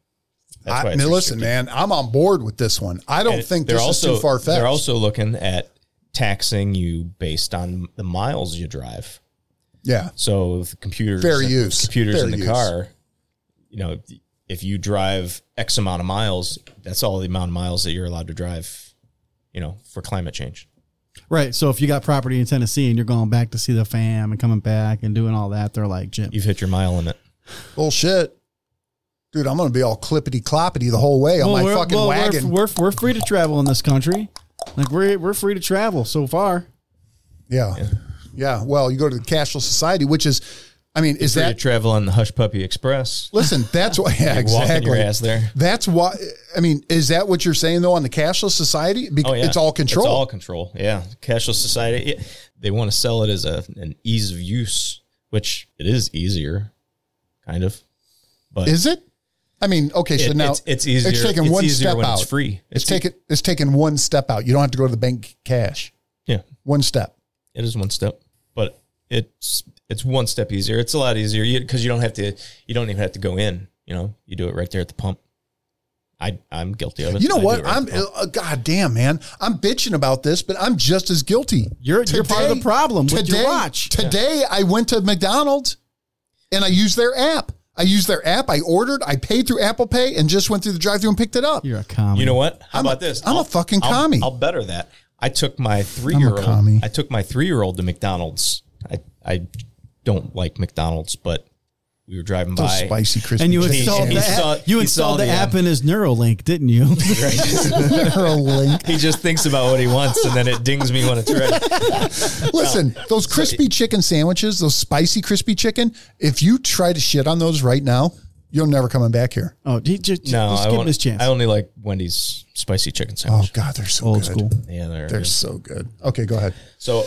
B: I,
A: why
B: I
A: it's
B: mean, listen,
A: restricted.
B: man, I'm on board with this one. I don't
A: And
B: think
A: they're
B: this
A: also,
B: is too far
A: They're
B: fetched.
A: also looking at taxing you based on the miles you drive.
B: Yeah.
A: So the computers,
B: Fair
A: and-
B: use.
A: computers
B: Fair
A: in the
B: use.
A: car. You know, if you drive X amount of miles, that's all the amount of miles that you're allowed to drive. You know, for climate change.
C: Right. So if you got property in Tennessee and you're going back to see the fam and coming back and doing all that, they're like, Jim,
A: You've hit your mile limit.
B: Bullshit. Dude, I'm going to be all clippity cloppity the whole way on my
C: we're-
B: fucking
C: well, we're-
B: wagon.
C: We're, we're, free to travel in this country. Like we're, we're free to travel so far.
B: yeah. yeah. Well, you go to the cashless society, which is, I mean, is
A: Free to
B: that,
A: travel on the Hush Puppy Express.
B: listen, that's why,
A: [laughs]
B: [laughs] yeah,
A: Walking your
B: exactly.
A: ass there.
B: That's why, I mean, is that what you're saying though on the cashless society? Because
A: Oh yeah,
B: it's all control.
A: It's all control. Yeah, cashless society. it- they want to sell it as a an ease of use, which it is easier, kind of. But
B: is it? I mean, okay, so
A: it-
B: now
A: it's, it's easier.
B: It's taking one
A: easier
B: step
A: when
B: out.
A: It's free.
B: It's, taking it's taking one step out. You don't have to go to the bank cash.
A: Yeah.
B: One step.
A: It is one step, but it's it's one step easier. It's a lot easier because you don't have to. You don't even have to go in. You know, you do it right there at the pump. I I'm guilty of it.
B: You know
A: I do
B: what?
A: it right at
B: I'm
A: the pump.
B: uh, god damn man. I'm bitching about this, but I'm just as guilty.
C: You're- you're part of the problem with your
B: today,
C: watch.
B: Today I went to McDonald's and I used their app. I used their app. I ordered. I paid through Apple Pay and just went through the drive-through and picked it up.
C: You're a commie.
A: You know what? How
B: I'm a-
A: about this?
B: I'm a fucking commie.
A: I'll, better that. I took my three year
B: commie.
A: old. I took my three year old to McDonald's. I I don't like McDonald's, but we were driving
B: Those
A: by.
B: spicy crispy
C: and you
B: chicken
C: installed
A: he
C: the
A: saw-
C: app. You
A: he saw
C: installed the,
A: the,
C: app
A: um,
C: in his Neuralink,
A: [laughs]
C: didn't you?
B: Neuralink.
A: He just thinks about what he wants, and then
B: [laughs]
A: it dings me when it's ready.
B: Listen, those crispy chicken sandwiches, those spicy crispy chicken, if you try to shit on those right now, you're never coming back here.
C: [laughs] oh, he just,
A: No,
C: just
A: I,
C: give him
A: won't-
C: his chance.
A: I only like Wendy's spicy chicken
B: Oh
A: sandwich.
B: god, they're so
C: Old
B: good.
C: school.
A: yeah, they're,
B: They're so good. Okay, go ahead.
A: So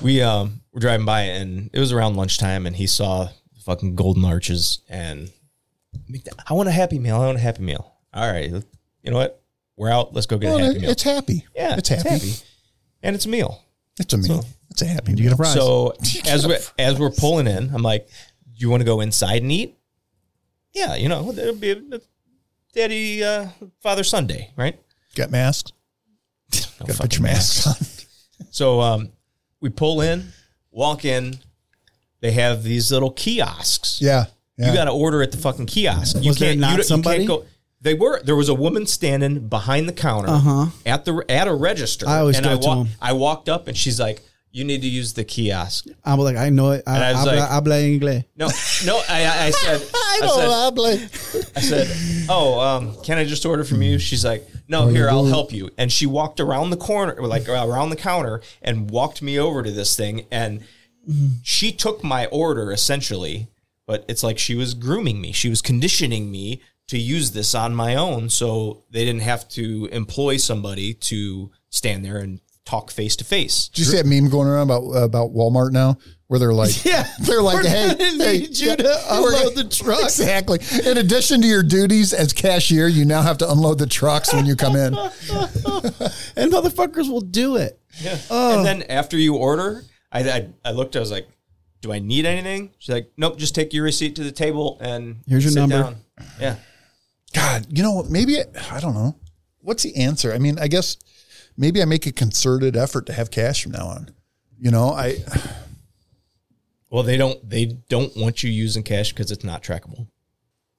A: we um were driving by and it was around lunchtime and he saw fucking golden arches and I want a happy meal. I want a happy meal. All right. You know what? We're out. Let's go get
B: Well,
A: a happy meal.
B: it's happy.
A: yeah,
B: it's happy. It's,
A: And it's a meal.
B: a meal. it's a happy meal.
C: prize. [laughs]
A: So as we as we're pulling in, I'm like, "You want to go inside and eat?" Yeah, you know, it'll be a daddy uh, father Sunday, right?
B: Got [laughs] masks?
A: No
B: Got to put
A: fucking
B: your masks on.
A: So um, we pull in, walk in. They have these little kiosks.
B: Yeah. yeah.
A: You got to order at the fucking kiosk. You
C: Was there
A: can't.
C: not
A: you, don't-
C: somebody?
A: You can't go. They were. There was a woman standing behind the counter
C: Uh-huh.
A: at the at a register.
C: I always
A: and
C: go
A: I
C: to
A: wa-
C: 'em.
A: I walked up and she's like, you need to use the kiosk.
C: I'm like, I know it. I,
A: And I was
C: habla,
A: like-
C: habla inglés.
A: No, no, I, I I said, I, said, I said, oh, um, can I just order from you? She's like, no, here, I'll help you. And she walked around the corner, like around the counter, and walked me over to this thing. And she took my order essentially, but it's like she was grooming me. She was conditioning me to use this on my own, so they didn't have to employ somebody to stand there and talk face to face.
B: Did you see that meme going around about uh, about Walmart now, where they're like,
C: Yeah.
B: [laughs] they're like,
C: We're
B: hey,
C: gonna
B: hey,
C: need you to
B: we're
C: unload
B: gonna-
C: the
B: [laughs]
C: truck.
B: Exactly. In addition to your duties as cashier, you now have to unload the trucks when you come in.
C: And motherfuckers will do it. Oh.
A: And then after you order, I, I I looked. I was like, "Do I need anything?" She's like, "Nope. Just take your receipt to the table and
C: Here's your
A: sit
C: number."
A: down." Yeah,
B: God, you know what? Maybe it, I don't know. What's the answer? I mean, I guess maybe I make a concerted effort to have cash from now on. You know, I
A: Well, they don't they don't want you using cash because it's not trackable.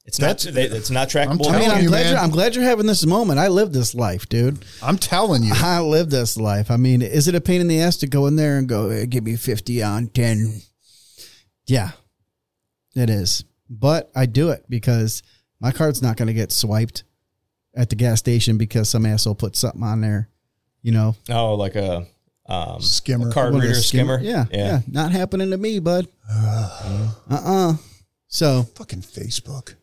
A: It's
B: That's-
A: not they, it's not trackable.
C: I mean,
B: telling
C: I'm
B: you,
C: glad
B: man.
C: you're, I'm glad you're having this moment. I lived this life, dude.
B: I'm telling
C: [laughs]
B: you,
C: I lived this life. I mean, is it a pain in the ass to go in there and go, "Eh, give me 50 on 10? Yeah, it is. But I do it because my card's not going to get swiped at the gas station because some asshole put something on there, you know,
A: oh, like a um,
B: Skimmer.
A: a card
C: One of the
A: reader skimmer.
C: Yeah, yeah.
A: yeah.
C: Not happening to me, bud. Uh uh So,
B: fucking Facebook.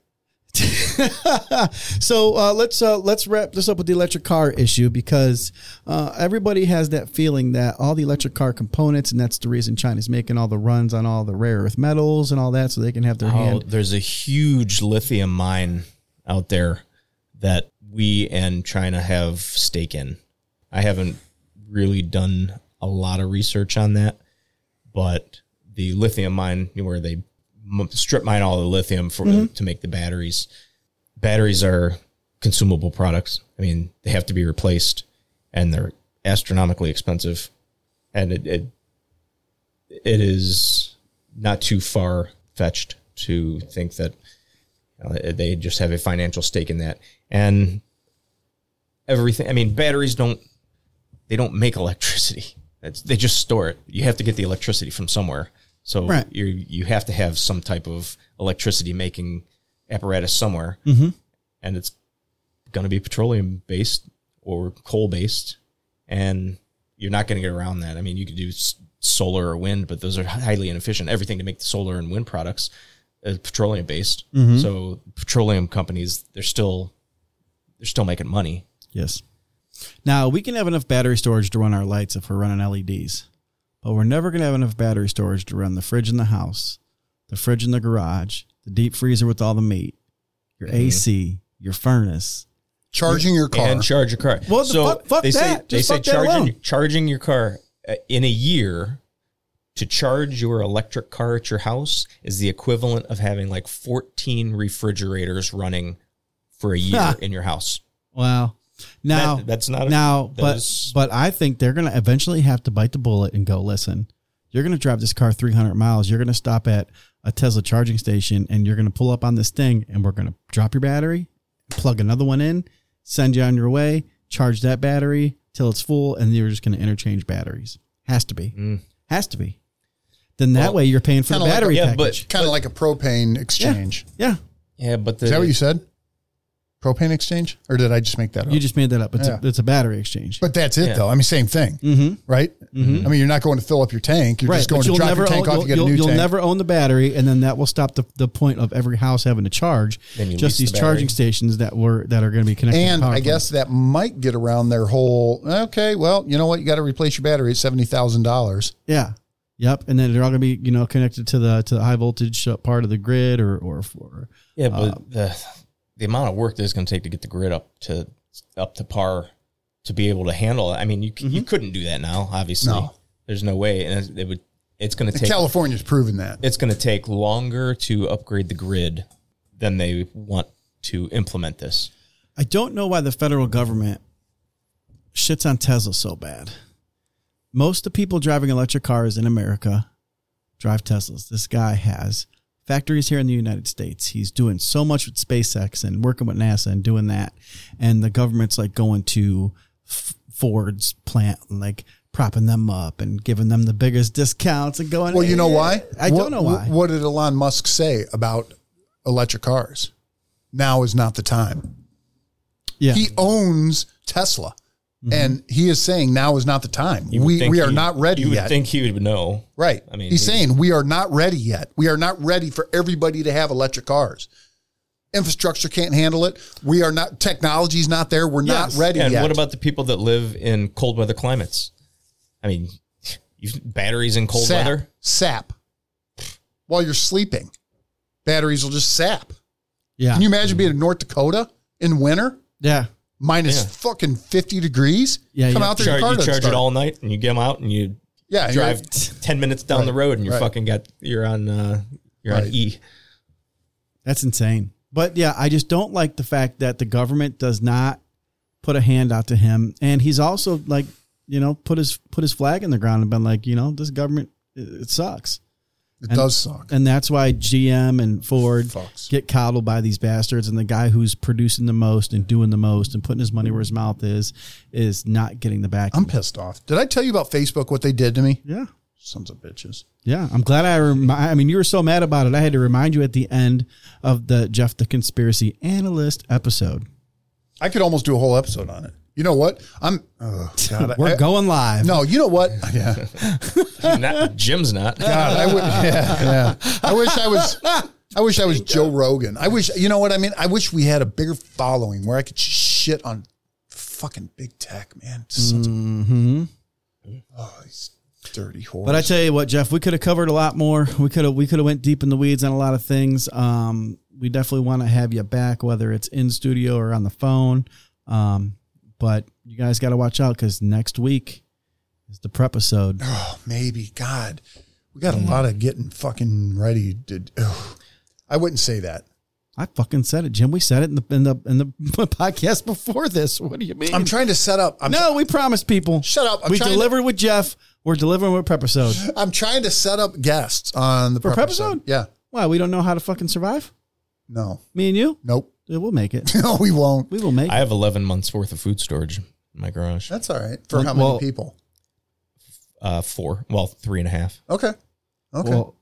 C: [laughs] so uh, let's uh, let's wrap this up with the electric car issue because uh, everybody has that feeling that all the electric car components, and that's the reason China's making all the runs on all the rare earth metals and all that, so they can have their
A: Oh,
C: hand.
A: there's a huge lithium mine out there that we and China have stake in. I haven't really done a lot of research on that, but the lithium mine where they m- strip mine all the lithium for to make the batteries. Batteries are consumable products. I mean, they have to be replaced, and they're astronomically expensive, and it, it it is not too far fetched to think that uh, they just have a financial stake in that. And everything, I mean, batteries don't they don't make electricity. That's, they just store it. You have to get the electricity from somewhere. So
C: Right.
A: you you have to have some type of electricity making apparatus somewhere, and it's going to be petroleum based or coal based, and you're not going to get around that. I mean, you could do s- solar or wind, but those are highly inefficient. Everything to make the solar and wind products is petroleum based.
C: Mm-hmm.
A: So petroleum companies, they're still they're still making money.
C: Yes. Now we can have enough battery storage to run our lights if we're running LEDs, but we're never gonna have enough battery storage to run the fridge in the house, the fridge in the garage, the deep freezer with all the meat, your AC, your furnace.
B: Charging your car.
A: and charge your car.
C: Well, the fuck- fuck
A: they
C: that.
A: say they
C: Just
A: say
C: fuck that
A: charging
C: alone.
A: charging your car uh, in a year to charge your electric car at your house is the equivalent of having like 14 refrigerators running for a year in your house.
C: Wow. Now
A: That- that's not a-
C: now,
A: that
C: but
A: is-
C: but I think they're gonna eventually have to bite the bullet and go. Listen, you're gonna drive this car 300 miles. You're gonna stop at a Tesla charging station and you're gonna pull up on this thing and we're gonna drop your battery, plug another one in, send you on your way, charge that battery till it's full, and you're just gonna interchange batteries. Has to be. Has to be. Then that
A: Mm. Well,
C: way you're paying for the
B: kinda like a-
C: battery
A: yeah, but-
C: package.
B: kind of like a propane exchange.
C: yeah.
A: Yeah, but the
B: Is that what you said? Propane exchange? Or did I just make that up?
C: You just made that up. It's,
B: Yeah.
C: a, it's a battery exchange.
B: but that's it, though. I mean, same thing, mm-hmm. right? I mean, you're not going to fill up your tank. You're just going
C: but
B: to
C: you'll
B: drop your tank
C: own,
B: off. You get a
C: you'll-
B: new
C: you'll
B: tank.
C: never own the battery, and then that will stop the, the point of every house having to charge.
A: Then you
C: Just
A: lease
C: these
A: the
C: charging
A: battery.
C: stations that were that are going to be connected. to
B: and
C: power
B: I
C: plants.
B: guess that might get around their whole. Okay, well, you know what? You got to replace your battery at seventy thousand dollars.
C: yeah, yep. And then they're all going to be you know connected to the to the high voltage uh, part of the grid or or for
A: yeah,
B: Uh,
A: but the the amount of work that it's going to take to get the grid up to up to par to be able to handle it. I mean, you c you couldn't do that now, obviously.
B: Mm-hmm. No.
A: There's no way and it would it's going to take
B: California's proven that.
A: it's going to take longer to upgrade the grid than they want to implement this.
C: I don't know why the federal government shits on Tesla so bad. Most of the people driving electric cars in America drive Teslas. This guy has factories here in the United States. He's doing so much with SpaceX and working with NASA and doing that. And the government's like going to F- Ford's plant and like propping them up and giving them the biggest discounts and going.
B: Well, you know why?
C: I
B: what,
C: don't know why.
B: What did Elon Musk say about electric cars? Now is not the time.
C: yeah,
B: He owns Tesla, and he is saying now is not the time.
A: Mm-hmm. You would
B: We
A: think
B: we are
A: he-
B: not ready
A: You would
B: yet.
A: think he would know.
B: right.
A: I mean,
B: he's
A: he-
B: saying we are not ready yet. We are not ready for everybody to have electric cars. Infrastructure can't handle it. We are not. Technology's not there. We're
C: Yes.
B: not ready
A: And
B: yet.
A: what about the people that live in cold weather climates? I mean, [laughs] you batteries in cold
B: sap,
A: weather.
B: Sap. While you're sleeping, batteries will just sap.
C: yeah,
B: Can you imagine being in North Dakota in winter,
C: yeah.
B: minus
A: Yeah.
B: fucking fifty degrees?
C: Yeah,
B: come
C: yeah.
B: out there, your
A: Char-
B: car
A: you
B: doesn't
A: charge
B: start.
A: it all night, and you get them out, and you
B: Yeah, and
A: drive
B: you're-
A: t- ten minutes down
B: Right,
A: the road, and you're
B: right.
A: fucking got you're on uh, you're on
B: Right.
A: E.
C: That's insane. But yeah, I just don't like the fact that the government does not put a hand out to him, and he's also like, you know, put his put his flag in the ground and been like, you know, this government it, it sucks,
B: It does suck.
C: and that's why GM and Ford
B: Sucks.
C: get coddled by these bastards, and the guy who's producing the most and doing the most and putting his money where his mouth is is not getting the back.
B: I'm pissed off. Did I tell you about Facebook? What they did to me?
C: yeah.
B: Sons of bitches.
C: Yeah, I'm glad I remi- I mean, you were so mad about it. I had to remind you at the end of the Jeff the Conspiracy Analyst episode.
B: I could almost do a whole episode on it. You know what? I'm.
A: [laughs]
B: Oh God,
C: We're
B: I-
C: going live.
B: No, you know what? Yeah. [laughs]
A: Not, Jim's not.
B: God, I would. Yeah, yeah. I wish I was. I wish I was Joe Rogan. I wish you know what I mean. I wish we had a bigger following where I could just shit on fucking big tech, man. Sons
A: Mm.
B: of- oh, these dirty whores.
C: Mm-hmm. But I tell you what, Jeff, we could have covered a lot more. We could have we could have went deep in the weeds on a lot of things. Um, we definitely want to have you back, whether it's in studio or on the phone. Um, but you guys got to watch out because next week is the prep episode.
B: oh, maybe God, we got a
C: Mm.
B: lot of getting fucking ready. To, oh, I wouldn't say that.
C: I fucking said it, Jim. We said it in the in the in the [laughs] podcast before this. What do you mean?
B: I'm trying to set up. I'm,
C: no, we promised people.
B: Shut up. I'm
C: we
B: trying to-
C: delivered with Jeff. We're delivering with prep episode.
B: I'm trying to set up guests on the
C: For
B: prep
C: prep episode?
B: Yeah.
C: Why we don't know how to fucking survive?
B: No.
C: Me and you,
B: Nope. [laughs]
C: Yeah, we'll make it.
B: No, we won't.
C: We will make
A: I
C: it.
A: have 11 months worth of food storage in my garage.
B: That's all right. For
C: Well-
B: how many
C: well-
B: people?
A: Uh, four, well, three and a half.
B: [laughs] Okay. Okay.
C: Well,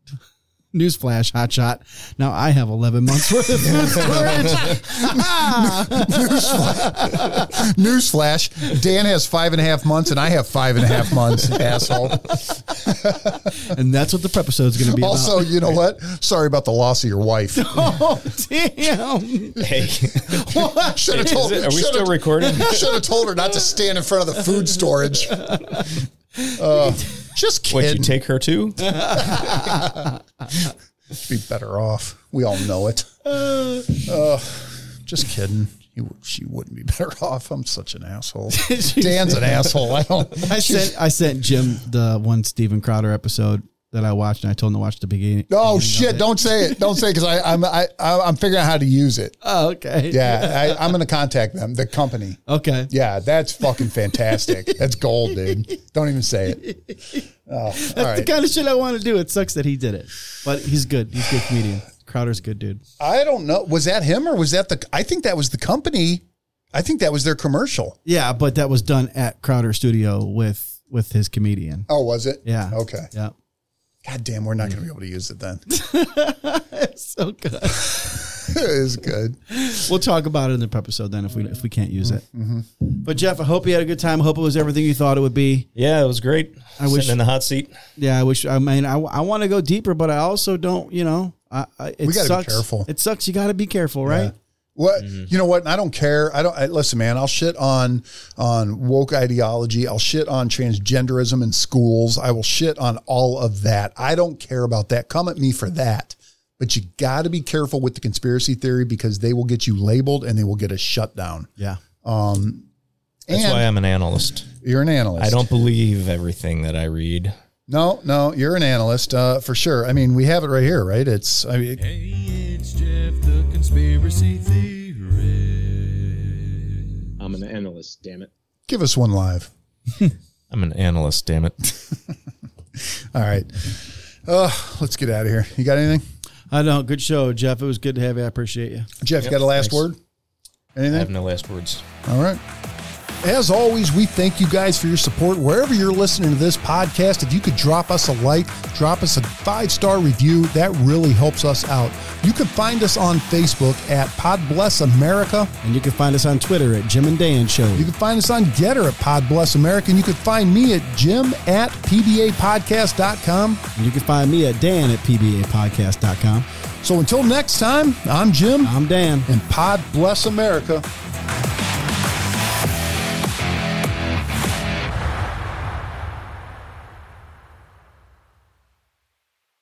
C: [laughs] newsflash, hot shot. Now I have 11 months worth of food
B: [laughs] [laughs]
C: storage.
B: Newsflash: Dan has five and a half months, and I have five and a half months. [laughs] asshole.
C: and that's what the prep episode's going to be
B: Also, you know what? Sorry about the loss of your
C: [laughs]
B: wife.
C: about. Oh,
B: [laughs]
C: damn.
A: Hey, [laughs]
B: Should have
A: is
B: told.
A: it, are we still
B: [laughs]
A: recording?
B: Should have told her not to stand in front of the
A: [laughs]
B: food storage. Uh, just
A: Would
B: kidding.
A: you take her too?
B: be better off. We all know it. Uh, just kidding. You, she wouldn't be better [laughs] off. I'm such an [laughs] asshole. Dan's an asshole. I [laughs] don't. Oh,
C: I sent, I sent Jim the one Steven Crowder episode that I watched, and I told him to watch the beginning.
B: Oh shit! Don't say it. Don't say it because I'm I, I, I'm figuring out how to use [laughs] it.
C: Oh, okay.
B: Yeah, I, I'm gonna contact them, the company.
C: Okay.
B: Yeah, that's fucking fantastic. That's gold, dude. Don't even say it. Oh, all
C: The
B: right.
C: kind of shit I want to do. It sucks that he did it, but he's good. He's a good comedian. Crowder's a good dude.
B: I don't know. Was that him or was that the? I think that was the company. I think that was their commercial.
C: Yeah, but that was done at Crowder Studio with with his comedian.
B: Oh, was it?
C: Yeah.
B: Okay.
C: Yeah. [laughs]
B: God damn, we're not gonna be
A: Mm-hmm.
B: able to use it [laughs] then.
C: So good.
B: it is good.
C: We'll talk about it in the prep episode then if we if we can't use it. But Jeff, I hope you had a good time. I hope it was everything you thought it would be.
A: Yeah, it was great. I Sitting
C: wish-
A: in the hot seat.
C: Yeah, I wish. I mean, I, I want to go deeper, but I also don't. You know, I, I it
B: We gotta be
C: sucks.
B: careful.
C: It sucks. You got to be careful, right?
B: What
A: Mm-hmm.
B: you know? What I don't care. I don't I, listen, man. I'll shit on on woke ideology. I'll shit on transgenderism in schools. I will shit on all of that. I don't care about that. Come at me for that. But you got to be careful with the conspiracy theory because they will get you labeled and they will get a shutdown.
C: Yeah.
A: That's
B: and
A: why I'm an analyst.
B: you're an analyst.
A: I don't believe everything that I read.
B: No, no, you're an analyst uh, for sure. I mean, we have it right here, right? It's I mean,
E: Hey, it's Jeff the Conspiracy Theorist.
D: I'm an analyst, damn it.
B: give us one live.
A: I'm an analyst, damn
B: [laughs]
A: it.
B: All right. Uh, let's get out of here. You got anything?
C: I know. Good show, Jeff. It was good to have you. I appreciate you.
B: Jeff, you got a last word?
A: I
B: Anything?
A: have no last words.
B: All right. As always, we thank you guys for your support. Wherever you're listening to this podcast, if you could drop us a like, drop us a five star review, that really helps us out. You can find us on Facebook at Pod Bless America.
C: And you can find us on Twitter at Jim and Dan Show.
B: You can find us on Getter at Pod Bless America. And you can find me at jim at pbapodcast.com.
C: And you can find me at Dan at PBApodcast.com.
B: So until next time, I'm Jim
C: I'm Dan.
B: and Pod Bless America.